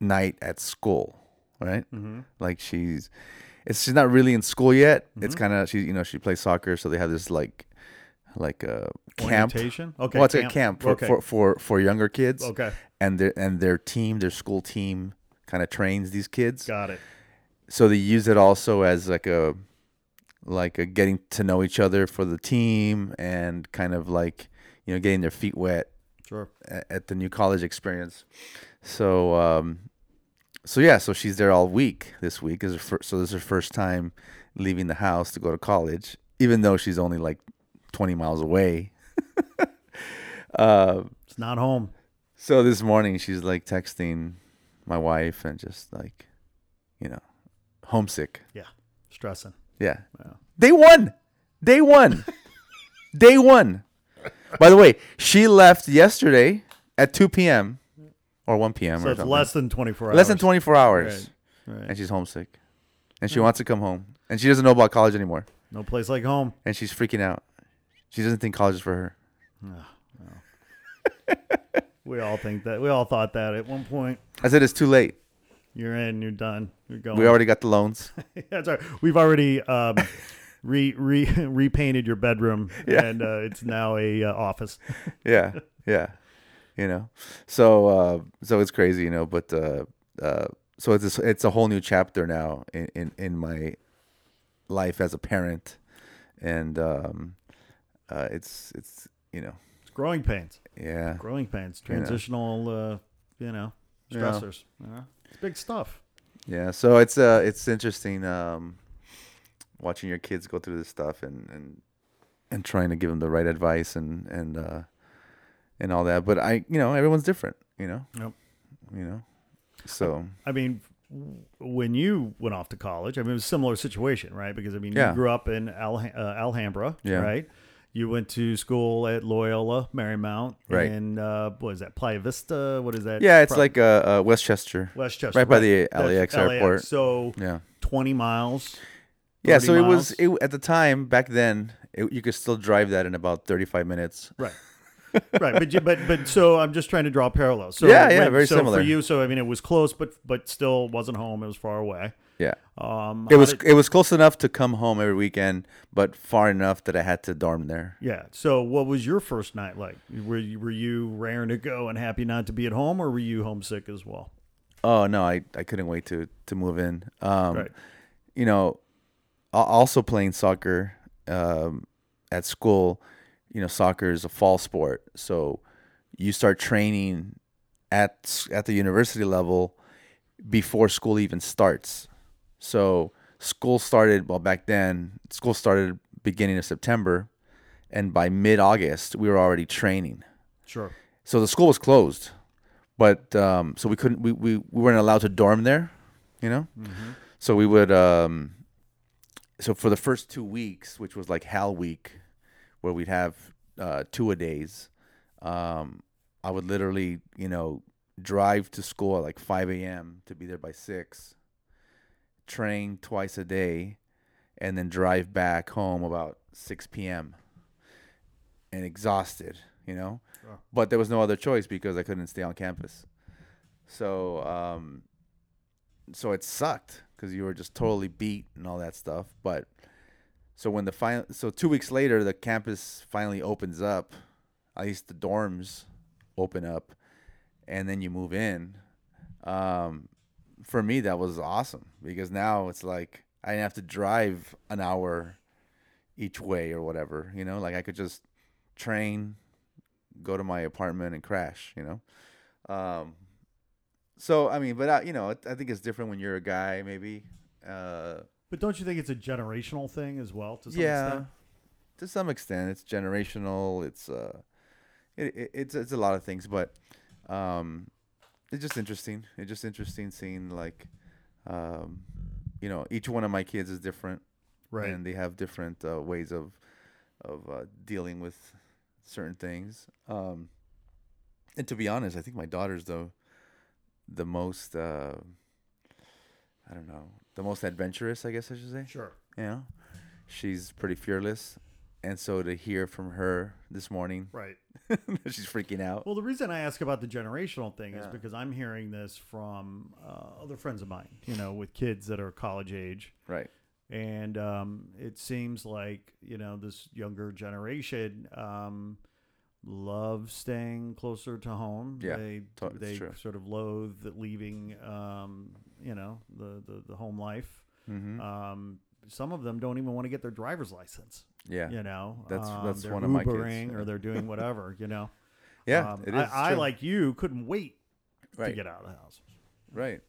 [SPEAKER 4] night at school right
[SPEAKER 1] mm-hmm.
[SPEAKER 4] like she's it's she's not really in school yet it's kind of she you know she plays soccer so they have this like like a camp
[SPEAKER 1] Orientation? Okay,
[SPEAKER 4] well it's
[SPEAKER 1] camp.
[SPEAKER 4] a camp for,
[SPEAKER 1] Okay.
[SPEAKER 4] for for for younger kids
[SPEAKER 1] Okay.
[SPEAKER 4] and their and their team their school team kind of trains these kids
[SPEAKER 1] got it.
[SPEAKER 4] so they use it also as like a like a getting to know each other for the team and kind of like you know getting their feet wet
[SPEAKER 1] Sure.
[SPEAKER 4] a- at the new college experience. So um, so yeah, so she's there all week this week. Is her fir- so this is her first time leaving the house to go to college, even though she's only like twenty miles away. uh,
[SPEAKER 1] It's not home.
[SPEAKER 4] so this morning she's like texting my wife and just like, you know, homesick.
[SPEAKER 1] Yeah, stressing.
[SPEAKER 4] Yeah. Day one. Day
[SPEAKER 1] <laughs>
[SPEAKER 4] one. Day one. By the way, she left yesterday at 2 p.m. or 1 p.m.
[SPEAKER 1] So
[SPEAKER 4] or
[SPEAKER 1] it's
[SPEAKER 4] something.
[SPEAKER 1] less than 24 hours.
[SPEAKER 4] Less than 24 hours.
[SPEAKER 1] Right.
[SPEAKER 4] And she's homesick. And she wants to come home. And she doesn't know about college anymore.
[SPEAKER 1] No place like home.
[SPEAKER 4] And she's freaking out. She doesn't think college is for her.
[SPEAKER 1] We all think that. We all thought that at one point.
[SPEAKER 4] I said, it's too late.
[SPEAKER 1] You're in. You're done. You're going.
[SPEAKER 4] We already got the loans.
[SPEAKER 1] <laughs> That's all right. We've already
[SPEAKER 4] <laughs>
[SPEAKER 1] um, re, re <laughs> repainted your bedroom,
[SPEAKER 4] Yeah.
[SPEAKER 1] and uh, it's now a uh, office.
[SPEAKER 4] yeah yeah you know so uh so it's crazy you know but uh uh so it's a, it's a whole new chapter now in, in in my life as a parent and um uh it's it's you know
[SPEAKER 1] It's growing pains.
[SPEAKER 4] yeah
[SPEAKER 1] Growing pains.
[SPEAKER 4] You know.
[SPEAKER 1] Transitional. Uh, you know,
[SPEAKER 4] Yeah.
[SPEAKER 1] stressors. Yeah. It's big stuff.
[SPEAKER 4] yeah so it's uh it's interesting um watching your kids go through this stuff and and and trying to give them the right advice and and uh and all that but i you know everyone's different you know
[SPEAKER 1] Yep.
[SPEAKER 4] you know so
[SPEAKER 1] I mean, when you went off to college, I mean, it was a similar situation, right? Because I mean,
[SPEAKER 4] Yeah.
[SPEAKER 1] you grew up in Al- uh, Alhambra,
[SPEAKER 4] Yeah.
[SPEAKER 1] right? You went to school at Loyola Marymount,
[SPEAKER 4] Right.
[SPEAKER 1] And uh, what is that Playa Vista? What is that?
[SPEAKER 4] Yeah, it's
[SPEAKER 1] from?
[SPEAKER 4] like uh, uh, Westchester.
[SPEAKER 1] Westchester,
[SPEAKER 4] right by the LAX
[SPEAKER 1] That's
[SPEAKER 4] airport.
[SPEAKER 1] So
[SPEAKER 4] Yeah.
[SPEAKER 1] twenty miles.
[SPEAKER 4] Yeah,
[SPEAKER 1] 30
[SPEAKER 4] so it was
[SPEAKER 1] miles.
[SPEAKER 4] it, at the time back then. It, you could still drive that in about thirty-five minutes. <laughs>
[SPEAKER 1] right, right. But you- but but so I'm just trying to draw parallels. So
[SPEAKER 4] Yeah,
[SPEAKER 1] it
[SPEAKER 4] yeah, very
[SPEAKER 1] so
[SPEAKER 4] similar.
[SPEAKER 1] for you. So I mean, it was close, but but still wasn't home. It was far away.
[SPEAKER 4] Yeah,
[SPEAKER 1] Um,
[SPEAKER 4] it
[SPEAKER 1] how
[SPEAKER 4] was
[SPEAKER 1] did-
[SPEAKER 4] it was close enough to come home every weekend, but far enough that I had to dorm there.
[SPEAKER 1] Yeah. So, what was your first night like? Were you, were you raring to go and happy not to be at home, or were you homesick as well?
[SPEAKER 4] Oh no, I, I couldn't wait to to move in. Um,
[SPEAKER 1] Right.
[SPEAKER 4] You know, al- also playing soccer um, at school. You know, soccer is a fall sport, so you start training at s- at the university level before school even starts. So school started well back then. School started beginning of September, and by mid August we were already training
[SPEAKER 1] Sure.
[SPEAKER 4] so the school was closed but um, so we couldn't we, we, we weren't allowed to dorm there you know so we would um, so for the first two weeks which was like hal week where we'd have uh, two a days um, i would literally you know drive to school at like 5 a.m to be there by 6 train twice a day and then drive back home about 6 p.m and exhausted you know but there was no other choice because I couldn't stay on campus. So, um, so it sucked because you were just totally beat and all that stuff. But so when the final, so two weeks later, the campus finally opens up. At least the dorms open up, and then you move in. Um, for me, that was awesome because now it's like I didn't have to drive an hour each way or whatever. You know, like I could just train, go to my apartment and crash, you know. Um, so I mean, but I, you know, I think it's different when you're a guy, maybe. Uh,
[SPEAKER 1] But don't you think it's a generational thing as well? To some extent?
[SPEAKER 4] to some extent, it's generational. It's uh, it, it, it's it's a lot of things, but um, it's just interesting. It's just interesting seeing like, um, you know, each one of my kids is different,
[SPEAKER 1] Right.
[SPEAKER 4] And they have different uh, ways of of uh, dealing with certain things. Um, and to be honest, I think my daughter's the the most uh, I don't know the most adventurous. I guess I should say.
[SPEAKER 1] Sure.
[SPEAKER 4] You know, she's pretty fearless, and so to hear from her this morning, <laughs>
[SPEAKER 1] Right.
[SPEAKER 4] that she's freaking out.
[SPEAKER 1] Well, the reason I ask about the generational thing is because I'm hearing this from uh, other friends of mine, you know, with kids that are college age.
[SPEAKER 4] Right.
[SPEAKER 1] and um, it seems like you know this younger generation um, loves staying closer to home.
[SPEAKER 4] Yeah,
[SPEAKER 1] they
[SPEAKER 4] to- it's
[SPEAKER 1] they
[SPEAKER 4] true.
[SPEAKER 1] sort of loathe the leaving, um, you know, the the, the home life.
[SPEAKER 4] Mm-hmm.
[SPEAKER 1] Um, some of them don't even want to get their driver's license.
[SPEAKER 4] Yeah.
[SPEAKER 1] You know,
[SPEAKER 4] That's-
[SPEAKER 1] Um,
[SPEAKER 4] that's
[SPEAKER 1] they're
[SPEAKER 4] one of my kids,
[SPEAKER 1] Ubering
[SPEAKER 4] yeah.
[SPEAKER 1] or they're doing whatever. You know,
[SPEAKER 4] Yeah.
[SPEAKER 1] Um,
[SPEAKER 4] it is.
[SPEAKER 1] I, I
[SPEAKER 4] true.
[SPEAKER 1] like you couldn't wait to
[SPEAKER 4] Right.
[SPEAKER 1] get out of the house.
[SPEAKER 4] Right.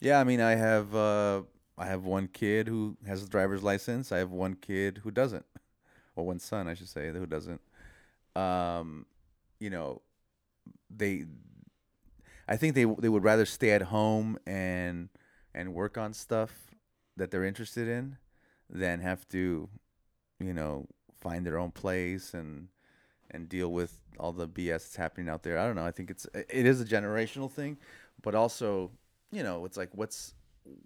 [SPEAKER 4] Yeah, I mean, I have uh, I have one kid who has a driver's license. I have one kid who doesn't, or one son, I should say, who doesn't. Um, you know, they. I think they they would rather stay at home and and work on stuff that they're interested in, than have to, you know, find their own place and and deal with all the BS that's happening out there. I don't know. I think it's it is a generational thing, but also, you know, it's like what's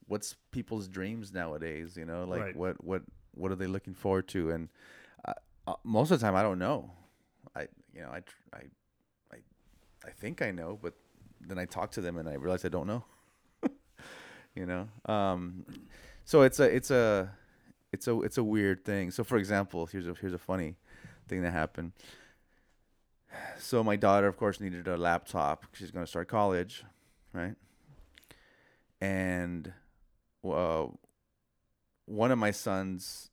[SPEAKER 4] what's people's dreams nowadays. You know, like
[SPEAKER 1] Right.
[SPEAKER 4] what what what are they looking forward to? And I, uh, most of the time, I don't know. I you know I tr- I I I think I know, but then I talk to them and I realize I don't know. you know, um, so it's a it's a it's a it's a weird thing. So for example, here's a here's a funny thing that happened. So my daughter, of course, needed a laptop. 'cause She's going to start college, right? And uh, one of my sons,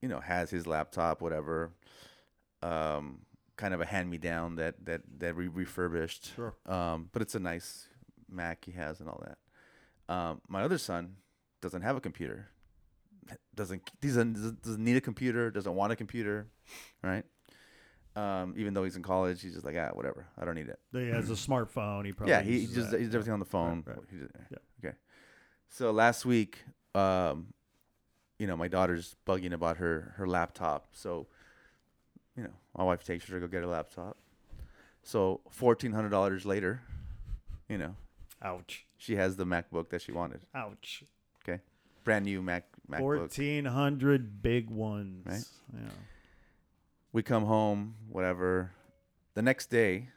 [SPEAKER 4] you know, has his laptop, whatever, um, kind of a hand me down that that that we refurbished.
[SPEAKER 1] Sure.
[SPEAKER 4] Um, but it's a nice Mac he has and all that. Um, my other son doesn't have a computer. Doesn't doesn't doesn't need a computer. Doesn't want a computer, right? Um, even though he's in college, he's just like ah, whatever. I don't need it.
[SPEAKER 1] He has a smartphone. He probably
[SPEAKER 4] Mm-hmm. Yeah, he
[SPEAKER 1] uses
[SPEAKER 4] just
[SPEAKER 1] that.
[SPEAKER 4] he's everything on the phone.
[SPEAKER 1] right.
[SPEAKER 4] He just-
[SPEAKER 1] Yeah.
[SPEAKER 4] Okay. So last week, um, you know, my daughter's bugging about her her laptop. So, you know, my wife takes her to go get her laptop. So fourteen hundred dollars later, you know,
[SPEAKER 1] Ouch.
[SPEAKER 4] she has the MacBook that she wanted.
[SPEAKER 1] Ouch.
[SPEAKER 4] Okay, brand new Mac MacBook.
[SPEAKER 1] 1,400 big ones.
[SPEAKER 4] Right.
[SPEAKER 1] Yeah.
[SPEAKER 4] we come home whatever the next day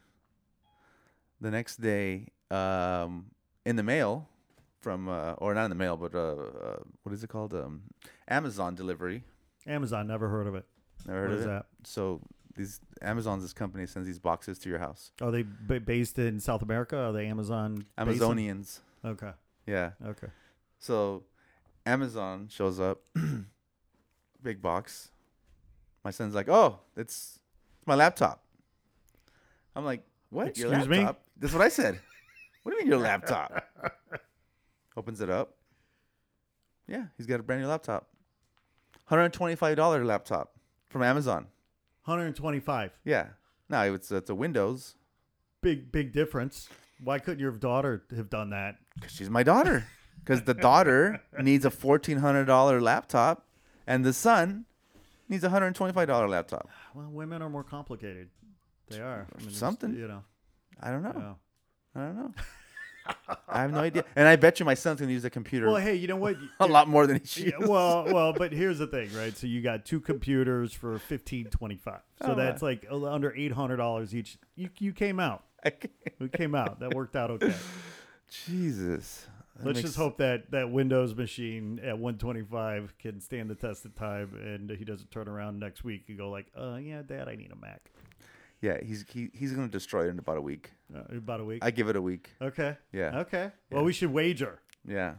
[SPEAKER 4] the next day um in the mail from uh, or not in the mail but uh, uh what is it called um amazon delivery
[SPEAKER 1] Amazon, never heard of it.
[SPEAKER 4] Never heard
[SPEAKER 1] What
[SPEAKER 4] of
[SPEAKER 1] is
[SPEAKER 4] it?
[SPEAKER 1] that?
[SPEAKER 4] so these amazon's this company sends these boxes to your house
[SPEAKER 1] Are they b- based in South America? Are they Amazon? basin?
[SPEAKER 4] amazonians
[SPEAKER 1] Okay.
[SPEAKER 4] yeah
[SPEAKER 1] Okay.
[SPEAKER 4] so amazon shows up <clears throat> big box my son's like oh it's my laptop i'm like what your
[SPEAKER 1] Excuse me?
[SPEAKER 4] laptop that's what i said what do you mean your
[SPEAKER 1] <laughs>
[SPEAKER 4] laptop opens it up yeah he's got a brand new laptop $125 laptop from amazon
[SPEAKER 1] 125.
[SPEAKER 4] yeah no it's it's a windows
[SPEAKER 1] Big, big difference. Why couldn't your daughter have done that?
[SPEAKER 4] Because she's my daughter. Because the daughter needs a fourteen hundred dollar laptop, and the son needs a hundred twenty five dollar laptop.
[SPEAKER 1] Well, women are more complicated. They are. I mean, it's-
[SPEAKER 4] Something.
[SPEAKER 1] You know.
[SPEAKER 4] I don't know.
[SPEAKER 1] Yeah.
[SPEAKER 4] I don't know. I have no idea. And I bet you my son's gonna use a computer
[SPEAKER 1] Well, hey, you know what?
[SPEAKER 4] a lot more than she.
[SPEAKER 1] Yeah, well, well, but here's the thing, right? So you got two computers for fifteen twenty five. So
[SPEAKER 4] Oh,
[SPEAKER 1] that's like a- under eight hundred dollars each. You you came out. We came out. That worked out
[SPEAKER 4] <laughs>
[SPEAKER 1] okay.
[SPEAKER 4] <laughs> Jesus. That
[SPEAKER 1] Let's
[SPEAKER 4] makes-
[SPEAKER 1] just hope that that Windows machine at 125 can stand the test of time, and he doesn't turn around next week and go like, "Uh, yeah, Dad, I need a Mac."
[SPEAKER 4] Yeah, he's he, he's gonna destroy it in about a week.
[SPEAKER 1] Uh, about a week.
[SPEAKER 4] I give it a week.
[SPEAKER 1] okay.
[SPEAKER 4] Yeah.
[SPEAKER 1] Okay. Well, we should wager.
[SPEAKER 4] Yeah.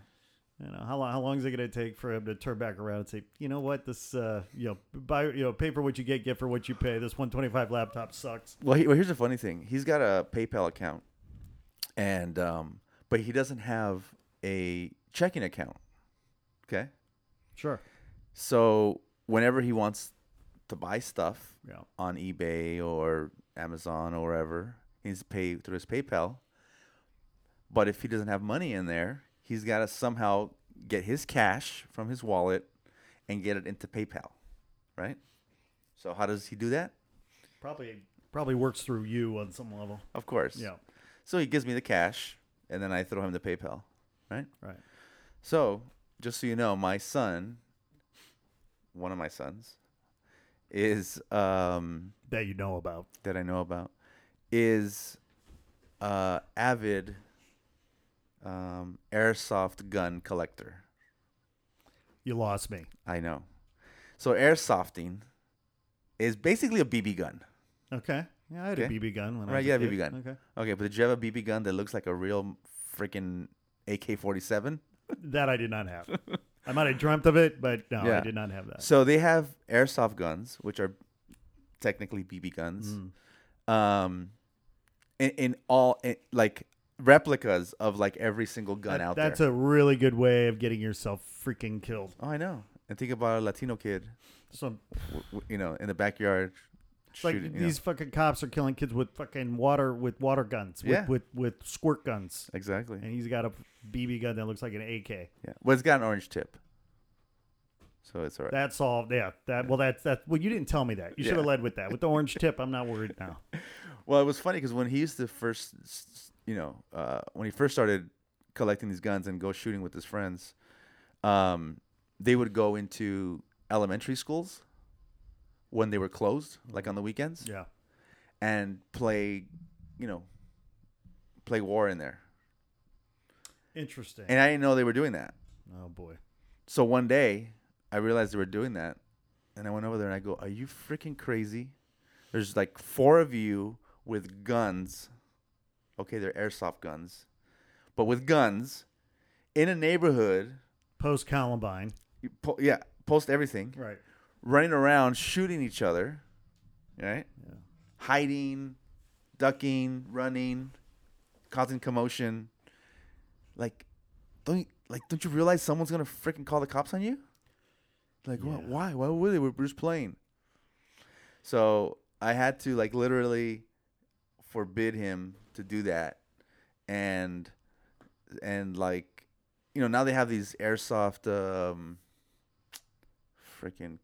[SPEAKER 1] You know how long? How long is it going to take for him to turn back around and say, "You know what? This, uh, you know, buy, you know, pay for what you get, get for what you pay. This 125 laptop sucks."
[SPEAKER 4] Well, he, well, here's the funny thing. He's got a PayPal account, and um, but he doesn't have a checking account. Okay.
[SPEAKER 1] Sure.
[SPEAKER 4] So whenever he wants to buy stuff
[SPEAKER 1] Yeah.
[SPEAKER 4] on eBay or Amazon or wherever, he needs to pay through his PayPal. But if he doesn't have money in there, he's got to somehow get his cash from his wallet and get it into PayPal, right? So how does he do that?
[SPEAKER 1] Probably, probably works through you on some level.
[SPEAKER 4] Of course.
[SPEAKER 1] Yeah.
[SPEAKER 4] So he gives me the cash, and then I throw him the PayPal, right?
[SPEAKER 1] Right.
[SPEAKER 4] So, just so you know, my son, one of my sons, is um,
[SPEAKER 1] That you know about.
[SPEAKER 4] that I know about, is uh, avid um, airsoft gun collector.
[SPEAKER 1] You lost me.
[SPEAKER 4] I know. So airsofting is basically a BB gun.
[SPEAKER 1] Okay. Yeah, I had
[SPEAKER 4] Okay.
[SPEAKER 1] a BB gun when I
[SPEAKER 4] Right,
[SPEAKER 1] was
[SPEAKER 4] yeah,
[SPEAKER 1] a kid.
[SPEAKER 4] BB gun.
[SPEAKER 1] Okay.
[SPEAKER 4] Okay, but did you have a BB gun that looks like a real freaking AK forty seven?
[SPEAKER 1] That I did
[SPEAKER 4] <laughs>
[SPEAKER 1] not have. I might have dreamt of it, but no,
[SPEAKER 4] Yeah.
[SPEAKER 1] I did not have that.
[SPEAKER 4] So they have airsoft guns, which are technically BB guns,
[SPEAKER 1] Mm.
[SPEAKER 4] um, in, in all in, like replicas of like every single gun
[SPEAKER 1] That-
[SPEAKER 4] out
[SPEAKER 1] that's
[SPEAKER 4] there.
[SPEAKER 1] a really good way of getting yourself freaking killed.
[SPEAKER 4] oh, I know. And think about a Latino kid,
[SPEAKER 1] So
[SPEAKER 4] w- w- you know, in the backyard
[SPEAKER 1] it's like
[SPEAKER 4] shooting. you know.
[SPEAKER 1] these fucking cops are killing kids with fucking water with water guns, with
[SPEAKER 4] Yeah.
[SPEAKER 1] with, with squirt guns,
[SPEAKER 4] Exactly.
[SPEAKER 1] and he's got a BB gun that looks like an AK.
[SPEAKER 4] yeah. Well, it's got an orange tip, so it's all right.
[SPEAKER 1] That solved. Yeah. That well, that's that. Well, you didn't tell me that. You should
[SPEAKER 4] Yeah.
[SPEAKER 1] have led with that. With
[SPEAKER 4] <laughs>
[SPEAKER 1] the orange tip, I'm not worried now.
[SPEAKER 4] Well, it was funny because when he used to first, s- s- you know, uh, when he first started collecting these guns and go shooting with his friends, um, they would go into elementary schools when they were closed, like on the weekends,
[SPEAKER 1] Yeah.
[SPEAKER 4] and play, you know, play war in there.
[SPEAKER 1] Interesting.
[SPEAKER 4] And I didn't know they were doing that.
[SPEAKER 1] oh boy.
[SPEAKER 4] So one day, I realized they were doing that, and I went over there and I go, "Are you freaking crazy? There's like four of you with guns. Okay, they're airsoft guns, but with guns in a neighborhood.
[SPEAKER 1] Post Columbine.
[SPEAKER 4] you Po- yeah, post everything,
[SPEAKER 1] Right.
[SPEAKER 4] running around shooting each other, right? Yeah. Hiding, ducking, running, causing commotion. Like, don't you, like don't you realize someone's gonna freaking call the cops on you? Like, wha- why? Why would they? We're just playing. So I had to like literally forbid him to do that, and and like you know now they have these airsoft um freaking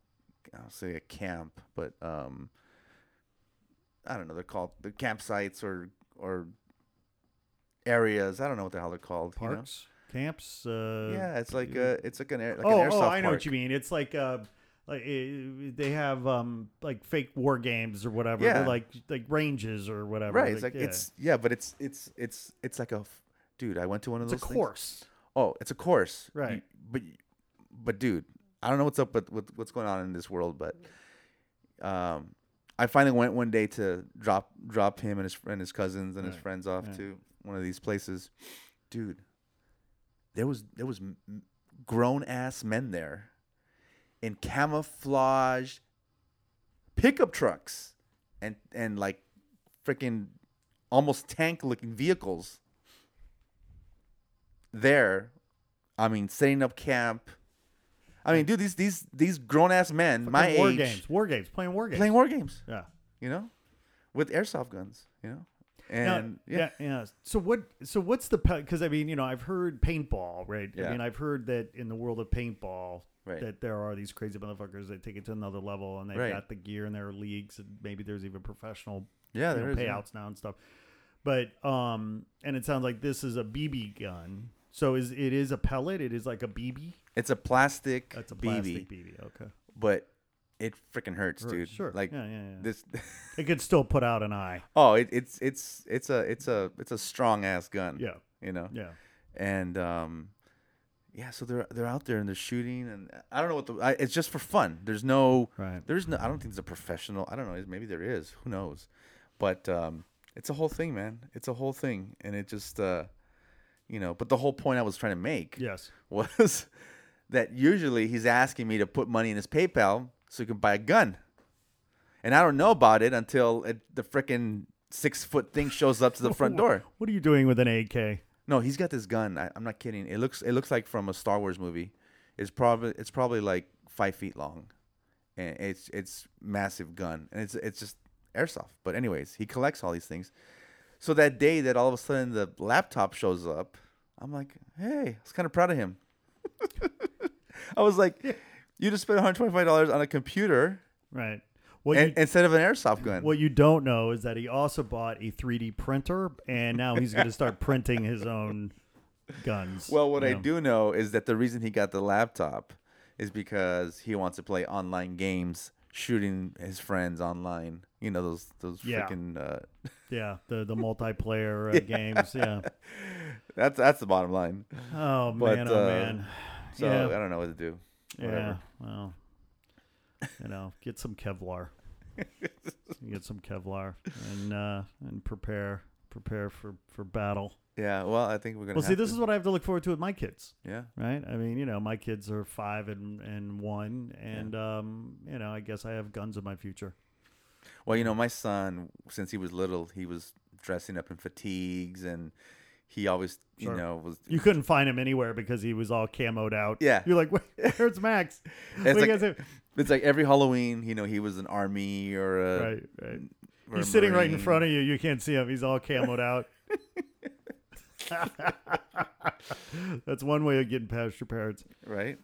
[SPEAKER 4] I'll say a camp, but um I don't know, they're called the campsites or or areas. I don't know what the hell they're called. you know?
[SPEAKER 1] Parks, camps. Uh,
[SPEAKER 4] Yeah, it's like a it's like an air like
[SPEAKER 1] oh,
[SPEAKER 4] an airsoft
[SPEAKER 1] oh, I know what
[SPEAKER 4] park.
[SPEAKER 1] you mean. It's like uh, like uh, they have um like fake war games or whatever.
[SPEAKER 4] Yeah.
[SPEAKER 1] They're like like ranges or whatever.
[SPEAKER 4] Right, it's like
[SPEAKER 1] yeah.
[SPEAKER 4] it's yeah, but it's it's it's it's like a f- dude. I went to one of
[SPEAKER 1] it's a
[SPEAKER 4] those. things.
[SPEAKER 1] course.
[SPEAKER 4] Oh, it's a course. You-
[SPEAKER 1] Right.
[SPEAKER 4] but but dude, I don't know what's up with, with what's going on in this world, but um, I finally went one day to drop drop him and his and his cousins and his friends off to one of these places, dude. There was there was grown ass men there, in camouflaged pickup trucks, and and like freaking almost tank looking vehicles. There, I mean, setting up camp. I mean, dude, these these these grown ass men, my
[SPEAKER 1] Like war
[SPEAKER 4] age,
[SPEAKER 1] games, war games, playing war games.
[SPEAKER 4] playing war games.
[SPEAKER 1] yeah.
[SPEAKER 4] You know, with airsoft guns. You know,
[SPEAKER 1] Now-
[SPEAKER 4] and yeah,
[SPEAKER 1] yeah, yeah. So what? So what's the? Because I mean, you know, I've heard paintball, right? I
[SPEAKER 4] Yeah.
[SPEAKER 1] mean, I've heard that in the world of paintball,
[SPEAKER 4] Right.
[SPEAKER 1] that there are these crazy motherfuckers that take it to another level, and they've
[SPEAKER 4] Right.
[SPEAKER 1] got the gear and their leagues, and maybe there's even professional
[SPEAKER 4] yeah,
[SPEAKER 1] you know,
[SPEAKER 4] there is, yeah.
[SPEAKER 1] payouts now and stuff. But um, and it sounds like this is a BB gun. So is it is a pellet? It is like a BB.
[SPEAKER 4] It's a plastic
[SPEAKER 1] That's a
[SPEAKER 4] BB,
[SPEAKER 1] plastic BB. Okay,
[SPEAKER 4] but it freaking hurts,
[SPEAKER 1] Hurts,
[SPEAKER 4] dude.
[SPEAKER 1] sure.
[SPEAKER 4] Like
[SPEAKER 1] Yeah, yeah, yeah.
[SPEAKER 4] this. <laughs>
[SPEAKER 1] it could still put out an eye.
[SPEAKER 4] oh, it, it's it's it's a it's a it's a strong ass gun.
[SPEAKER 1] Yeah.
[SPEAKER 4] you know.
[SPEAKER 1] Yeah,
[SPEAKER 4] and um, yeah, so they're they're out there and they're shooting, and I don't know what the I, it's just for fun. There's no
[SPEAKER 1] Right.
[SPEAKER 4] There's no. I don't think it's a professional. I don't know. Maybe there is. Who knows? But um, it's a whole thing, man. It's a whole thing, and it just uh, you know. But the whole point I was trying to make
[SPEAKER 1] yes,
[SPEAKER 4] <laughs> was that usually he's asking me to put money in his PayPal so he can buy a gun. And I don't know about it until it, the freaking six foot thing shows up to the
[SPEAKER 1] <laughs>
[SPEAKER 4] front door.
[SPEAKER 1] What are you doing with an AK?
[SPEAKER 4] No, he's got this gun. I, I'm not kidding. It looks it looks like from a Star Wars movie. It's probably it's probably like five feet long, and it's it's massive gun, and it's it's just airsoft. But anyways, he collects all these things. So that day that all of a sudden the laptop shows up, I'm like, hey, I was kind of proud of him. I was like, you just spent 125 dollars on a computer
[SPEAKER 1] Right. What
[SPEAKER 4] and, instead of an airsoft gun.
[SPEAKER 1] What you don't know is that he also bought a 3D printer, and now he's going to start printing his own guns.
[SPEAKER 4] Well, what
[SPEAKER 1] you
[SPEAKER 4] I
[SPEAKER 1] know?
[SPEAKER 4] do know is that the reason he got the laptop is because he wants to play online games, shooting his friends online. You know those those
[SPEAKER 1] Yeah.
[SPEAKER 4] freaking. Uh, <laughs>
[SPEAKER 1] yeah, the the multiplayer uh, games, yeah.
[SPEAKER 4] that's that's the bottom line.
[SPEAKER 1] Oh
[SPEAKER 4] But,
[SPEAKER 1] man, oh
[SPEAKER 4] uh,
[SPEAKER 1] man,
[SPEAKER 4] So
[SPEAKER 1] Yeah.
[SPEAKER 4] I don't know what to do.
[SPEAKER 1] yeah.
[SPEAKER 4] Whatever.
[SPEAKER 1] Well, you know, get
[SPEAKER 4] <laughs>
[SPEAKER 1] some Kevlar, get some Kevlar, and uh, and prepare prepare for for battle.
[SPEAKER 4] Yeah. Well, I think we're gonna.
[SPEAKER 1] Well,
[SPEAKER 4] have
[SPEAKER 1] see, this
[SPEAKER 4] to-
[SPEAKER 1] is what I have to look forward to with my kids.
[SPEAKER 4] Yeah.
[SPEAKER 1] right? I mean, you know, my kids are five and and one, and um, you know, I guess I have guns in my future.
[SPEAKER 4] Well, you know, my son, since he was little, he was dressing up in fatigues, and he always,
[SPEAKER 1] Sure.
[SPEAKER 4] you know, was.
[SPEAKER 1] You couldn't find him anywhere because he was all camoed out.
[SPEAKER 4] Yeah.
[SPEAKER 1] you're like,
[SPEAKER 4] <laughs>
[SPEAKER 1] Where, where's Max? What
[SPEAKER 4] It's
[SPEAKER 1] do you
[SPEAKER 4] like,
[SPEAKER 1] guys have?
[SPEAKER 4] it's like every Halloween, you know, he was an army or a.
[SPEAKER 1] Right, right.
[SPEAKER 4] or a
[SPEAKER 1] He's sitting right in
[SPEAKER 4] Marine.
[SPEAKER 1] front of you. You can't see him. He's all
[SPEAKER 4] <laughs>
[SPEAKER 1] camoed out. <laughs> That's one way of getting past your parents.
[SPEAKER 4] right?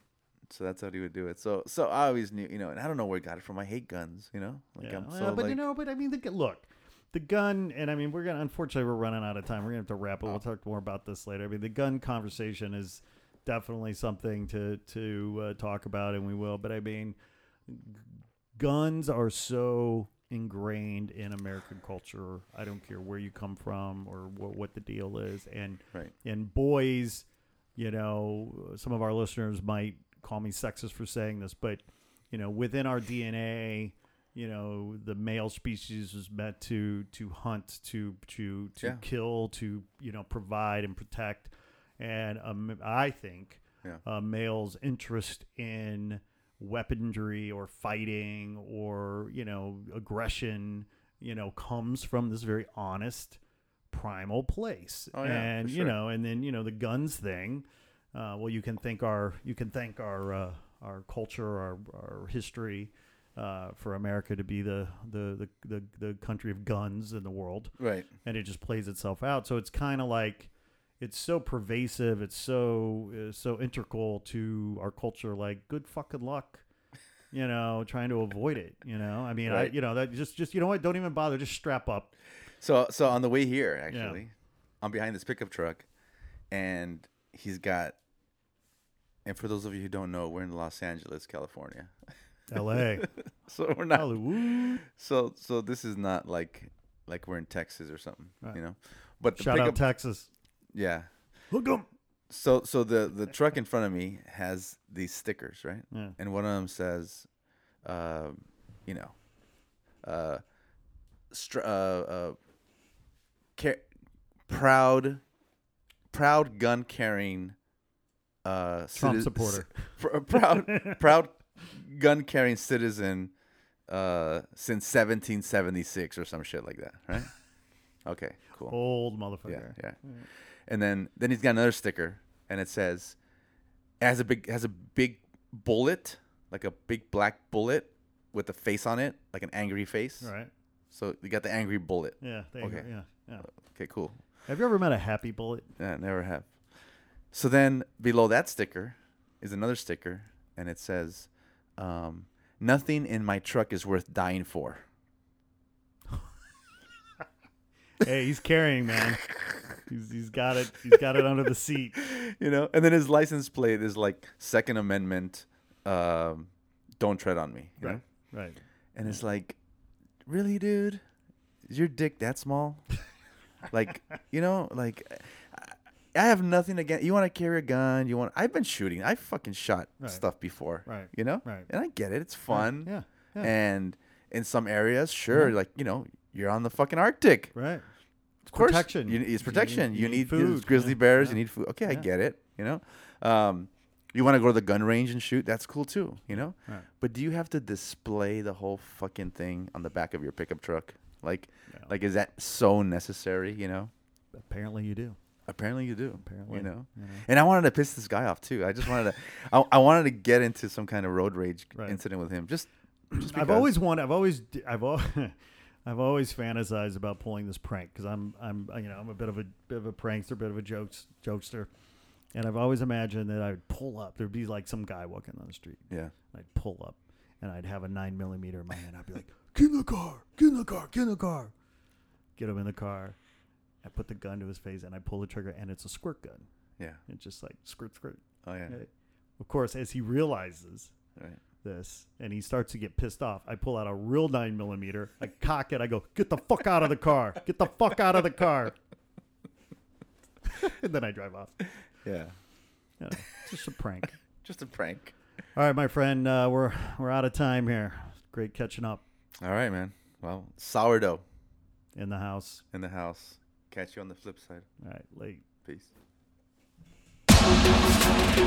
[SPEAKER 4] So that's how he would do it. So so I always knew, you know, and I don't know where I got it from. I hate guns, you know. Like
[SPEAKER 1] yeah.
[SPEAKER 4] I'm
[SPEAKER 1] Well,
[SPEAKER 4] so
[SPEAKER 1] but you
[SPEAKER 4] like-
[SPEAKER 1] know, but I mean, the, gu- look, the gun, and I mean, we're gonna unfortunately we're running out of time. We're gonna have to wrap it.
[SPEAKER 4] Oh.
[SPEAKER 1] We'll talk more about this later. I mean, the gun conversation is definitely something to to uh, talk about, and we will. But I mean, g- guns are so ingrained in American culture. I don't care where you come from or what what the deal is, and
[SPEAKER 4] Right.
[SPEAKER 1] and boys, you know, some of our listeners might call me sexist for saying this, but you know, within our DNA, you know, the male species is meant to to hunt, to to to
[SPEAKER 4] Yeah.
[SPEAKER 1] kill, to you know, provide and protect, and um, I think
[SPEAKER 4] Yeah.
[SPEAKER 1] a male's interest in weaponry or fighting or you know aggression you know comes from this very honest primal place
[SPEAKER 4] Oh, yeah,
[SPEAKER 1] and
[SPEAKER 4] for
[SPEAKER 1] you
[SPEAKER 4] sure.
[SPEAKER 1] know and then you know the guns thing uh, well you can thank our you can thank our uh, our culture our, our history uh, for America to be the, the the the the country of guns in the world
[SPEAKER 4] Right.
[SPEAKER 1] and it just plays itself out so it's kind of like it's so pervasive. It's so uh, so integral to our culture. Like good fucking luck, you know, trying to avoid it. You know, I mean,
[SPEAKER 4] Right.
[SPEAKER 1] I you know that just just you know what? Don't even bother. Just strap up.
[SPEAKER 4] So so on the way here, actually, I'm behind this pickup truck, and he's got. And for those of you who don't know, we're in Los Angeles, California. <laughs>
[SPEAKER 1] L.A.
[SPEAKER 4] So we're not.
[SPEAKER 1] Hollywood.
[SPEAKER 4] So so this is not like like we're in Texas or something, you know. But the
[SPEAKER 1] Shout
[SPEAKER 4] pickup,
[SPEAKER 1] out Texas.
[SPEAKER 4] yeah.
[SPEAKER 1] Look 'em.
[SPEAKER 4] So so the the truck in front of me has these stickers, right?
[SPEAKER 1] Yeah.
[SPEAKER 4] And one of them says, um, you know, uh, str- uh, uh ca- proud, proud gun carrying, uh,
[SPEAKER 1] Trump
[SPEAKER 4] citi- <laughs>
[SPEAKER 1] supporter.
[SPEAKER 4] pr-
[SPEAKER 1] <laughs>
[SPEAKER 4] proud, proud gun carrying citizen, uh, since 1776 or some shit like that,
[SPEAKER 1] <laughs>
[SPEAKER 4] right? Okay, cool.
[SPEAKER 1] Old
[SPEAKER 4] Yeah,
[SPEAKER 1] motherfucker.
[SPEAKER 4] yeah. And then then he's got another sticker, and it says it has a big has a big bullet, like a big black bullet with a face on it, like an angry face.
[SPEAKER 1] All right.
[SPEAKER 4] So you got the angry bullet.
[SPEAKER 1] Yeah. There you go.
[SPEAKER 4] Okay.
[SPEAKER 1] Yeah. Yeah.
[SPEAKER 4] Okay, cool.
[SPEAKER 1] Have you ever met a happy bullet?
[SPEAKER 4] Yeah, never have. So then below that sticker is another sticker, and it says, um, "Nothing in my truck is worth dying for." <laughs>
[SPEAKER 1] Hey, he's
[SPEAKER 4] <laughs>
[SPEAKER 1] carrying, man. He's, he's got it. He's got it under the seat.
[SPEAKER 4] you know and then his license plate is like second amendment um, don't tread on me you know?
[SPEAKER 1] Right. Right.
[SPEAKER 4] and it's like really dude is your dick that
[SPEAKER 1] <laughs>
[SPEAKER 4] small like you know like I- i have nothing against you want to carry a gun you want i've been shooting i fucking shot
[SPEAKER 1] Right.
[SPEAKER 4] stuff before
[SPEAKER 1] Right.
[SPEAKER 4] you know
[SPEAKER 1] Right.
[SPEAKER 4] and i get it it's fun
[SPEAKER 1] Yeah. Yeah.
[SPEAKER 4] and in some areas sure like you know you're on the fucking arctic
[SPEAKER 1] Right.
[SPEAKER 4] of course,
[SPEAKER 1] protection.
[SPEAKER 4] You,
[SPEAKER 1] You
[SPEAKER 4] it's protection.
[SPEAKER 1] need-
[SPEAKER 4] You,
[SPEAKER 1] you
[SPEAKER 4] need,
[SPEAKER 1] need
[SPEAKER 4] there's
[SPEAKER 1] food,
[SPEAKER 4] grizzly
[SPEAKER 1] yeah,
[SPEAKER 4] bears.
[SPEAKER 1] yeah.
[SPEAKER 4] You need food. Okay, I get it. You know, um, you want to go to the gun range and shoot. That's cool too. You know,
[SPEAKER 1] Right.
[SPEAKER 4] but do you have to display the whole fucking thing on the back of your pickup truck? Like, like is that so necessary? You know.
[SPEAKER 1] Apparently, you do.
[SPEAKER 4] Apparently you do. Apparently,
[SPEAKER 1] Apparently,
[SPEAKER 4] you know?
[SPEAKER 1] you know.
[SPEAKER 4] And I wanted to piss this guy off too. I just wanted to, <laughs> I, I wanted to get into some kind of road rage
[SPEAKER 1] Right.
[SPEAKER 4] incident with him. Just, just because.
[SPEAKER 1] I've always wanted. I've always. d- I've al- <laughs> I've always fantasized about pulling this prank because I'm. I'm. You know. I'm a bit of a bit of a prankster, bit of a jokes jokester, and I've always imagined that I would pull up. There'd be like some guy walking on the street.
[SPEAKER 4] yeah.
[SPEAKER 1] And I'd pull up, and I'd have a nine millimeter in my hand. I'd be like, "Get in the car! Get in the car! Get in the car!" Get him in the car. I put the gun to his face, and I pull the trigger, and it's a squirt gun.
[SPEAKER 4] Yeah.
[SPEAKER 1] It's just like squirt, squirt.
[SPEAKER 4] Oh yeah.
[SPEAKER 1] Right? Of course, as he realizes
[SPEAKER 4] Right.
[SPEAKER 1] this and he starts to get pissed off, I pull out a real nine millimeter, I cock it, I go, "Get the fuck out of the car! Get the fuck out of the car!" <laughs> and then I drive off. You
[SPEAKER 4] Yeah.
[SPEAKER 1] know, it's just a prank.
[SPEAKER 4] Just a prank.
[SPEAKER 1] All right, my friend, uh, we're we're out of time here. Great catching up
[SPEAKER 4] All right, man. Well, sourdough.
[SPEAKER 1] in the house.
[SPEAKER 4] in the house. Catch you on the flip side.
[SPEAKER 1] All right, late.
[SPEAKER 4] Peace.